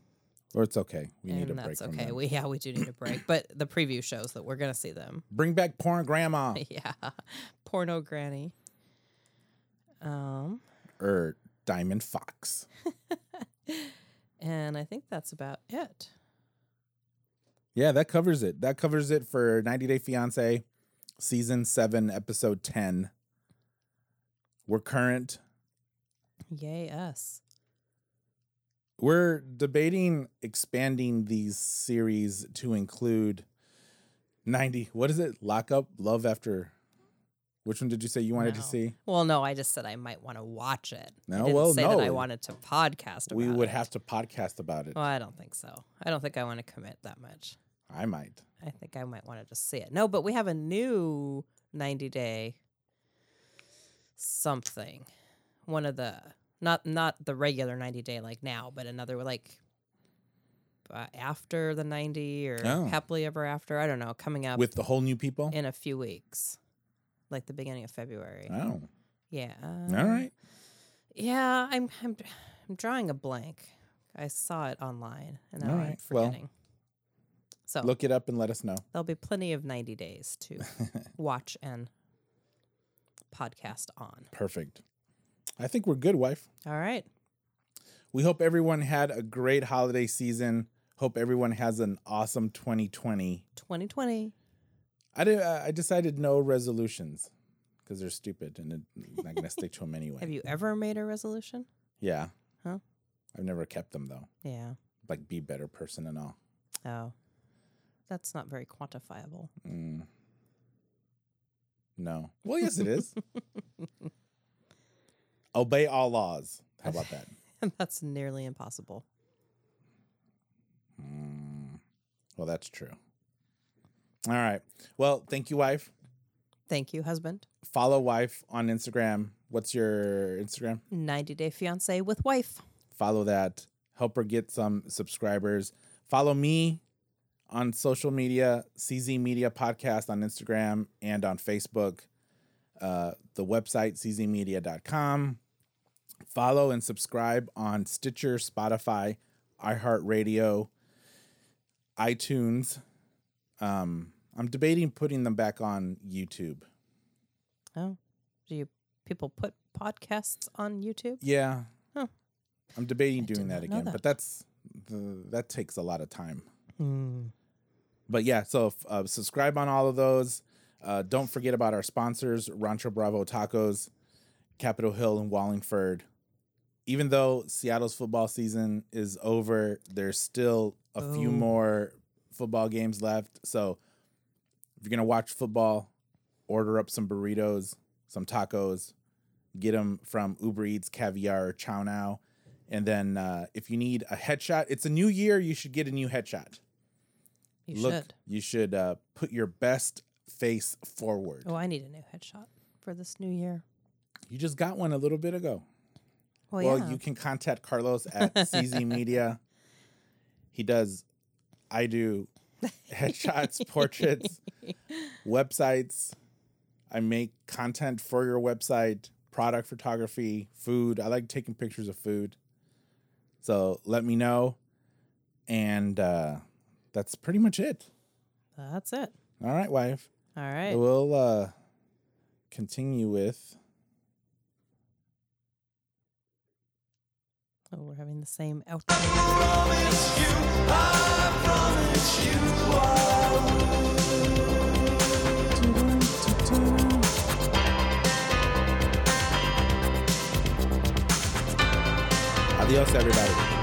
Speaker 1: Or it's okay. We need a
Speaker 4: and
Speaker 1: break
Speaker 4: that's
Speaker 1: from
Speaker 4: okay.
Speaker 1: them.
Speaker 4: We yeah, we do need a break, but the preview shows that we're gonna see them.
Speaker 1: Bring back porn grandma
Speaker 4: Yeah, porno granny. Um,
Speaker 1: or Diamond Fox.
Speaker 4: and I think that's about it.
Speaker 1: Yeah, that covers it. That covers it for 90 Day Fiance season 7 episode 10. We're current.
Speaker 4: Yay us!
Speaker 1: We're debating expanding these series to include 90 what is it? Lock up love after Which one did you say you wanted to
Speaker 4: No.
Speaker 1: see?
Speaker 4: Well, no, I just said I might want to watch it.
Speaker 1: No,
Speaker 4: I didn't
Speaker 1: well,
Speaker 4: say that I
Speaker 1: no.
Speaker 4: wanted to podcast. About
Speaker 1: we would
Speaker 4: it.
Speaker 1: have to podcast about it.
Speaker 4: Well, I don't think so. I don't think I want to commit that much.
Speaker 1: I might.
Speaker 4: I think I might want to just see it. No, but we have a new ninety day something. One of the not not the regular ninety day like now, but another like uh, after the ninety or
Speaker 1: Oh.
Speaker 4: happily ever after. I don't know. Coming up
Speaker 1: With the whole new people?
Speaker 4: in a few weeks, like the beginning of February.
Speaker 1: Oh.
Speaker 4: yeah.
Speaker 1: All right.
Speaker 4: Yeah, I'm I'm I'm drawing a blank. I saw it online and now
Speaker 1: All
Speaker 4: I'm
Speaker 1: right, well,
Speaker 4: forgetting. so
Speaker 1: Look it up and let us know.
Speaker 4: There'll be plenty of 90 days to watch and podcast on.
Speaker 1: Perfect. I think we're good, wife.
Speaker 4: All right.
Speaker 1: We hope everyone had a great holiday season. Hope everyone has an awesome 2020.
Speaker 4: 2020.
Speaker 1: I did, I decided no resolutions because they're stupid and I'm not going to stick to them anyway.
Speaker 4: Have you ever made a resolution?
Speaker 1: Yeah.
Speaker 4: Huh?
Speaker 1: I've never kept them though.
Speaker 4: Yeah.
Speaker 1: Like be better person and all.
Speaker 4: Oh. That's not very quantifiable.
Speaker 1: Mm. No. Well, yes, it is. Obey all laws. How about that?
Speaker 4: That's nearly impossible.
Speaker 1: Mm. Well, that's true. All right. Well, thank you, wife.
Speaker 4: Thank you, husband.
Speaker 1: Follow wife on Instagram. What's your Instagram?
Speaker 4: 90 Day Fiance with wife.
Speaker 1: Follow that. Help her get some subscribers. Follow me on social media, CZ Media Podcast on Instagram and on Facebook. Uh, the website, czmedia.com. Follow and subscribe on Stitcher, Spotify, iHeartRadio, iTunes. Um, I'm debating putting them back on YouTube.
Speaker 4: Oh. Do you people put podcasts on YouTube?
Speaker 1: Yeah.
Speaker 4: Huh.
Speaker 1: I'm debating
Speaker 4: I did
Speaker 1: doing that
Speaker 4: not know
Speaker 1: again,
Speaker 4: that.
Speaker 1: but that's the, that takes a lot of time. Mm,
Speaker 4: Hmm.
Speaker 1: But yeah, so f- uh, subscribe on all of those. Uh, don't forget about our sponsors, Rancho Bravo Tacos, Capitol Hill, and Wallingford. Even though Seattle's football season is over, there's still a few
Speaker 4: Oh.
Speaker 1: more football games left. So if you're going to watch football, order up some burritos, some tacos, get them from Uber Eats, Caviar, or Chow Now. And then uh, if you need a headshot, it's a new year, you should get a new headshot
Speaker 4: You should.
Speaker 1: you should uh, put your best face forward.
Speaker 4: Oh, I need a new headshot for this new year.
Speaker 1: You just got one a little bit ago.
Speaker 4: Well,
Speaker 1: well,
Speaker 4: Oh, yeah.
Speaker 1: you can contact Carlos at CZ Media. He does, I do headshots, portraits, websites. I make content for your website, product photography, food. I like taking pictures of food. So let me know. And uh, that's pretty much it.
Speaker 4: That's it.
Speaker 1: All right, wife.
Speaker 4: All right.
Speaker 1: We'll uh, continue with.
Speaker 4: Oh, we're having the same out.
Speaker 1: Adios, everybody.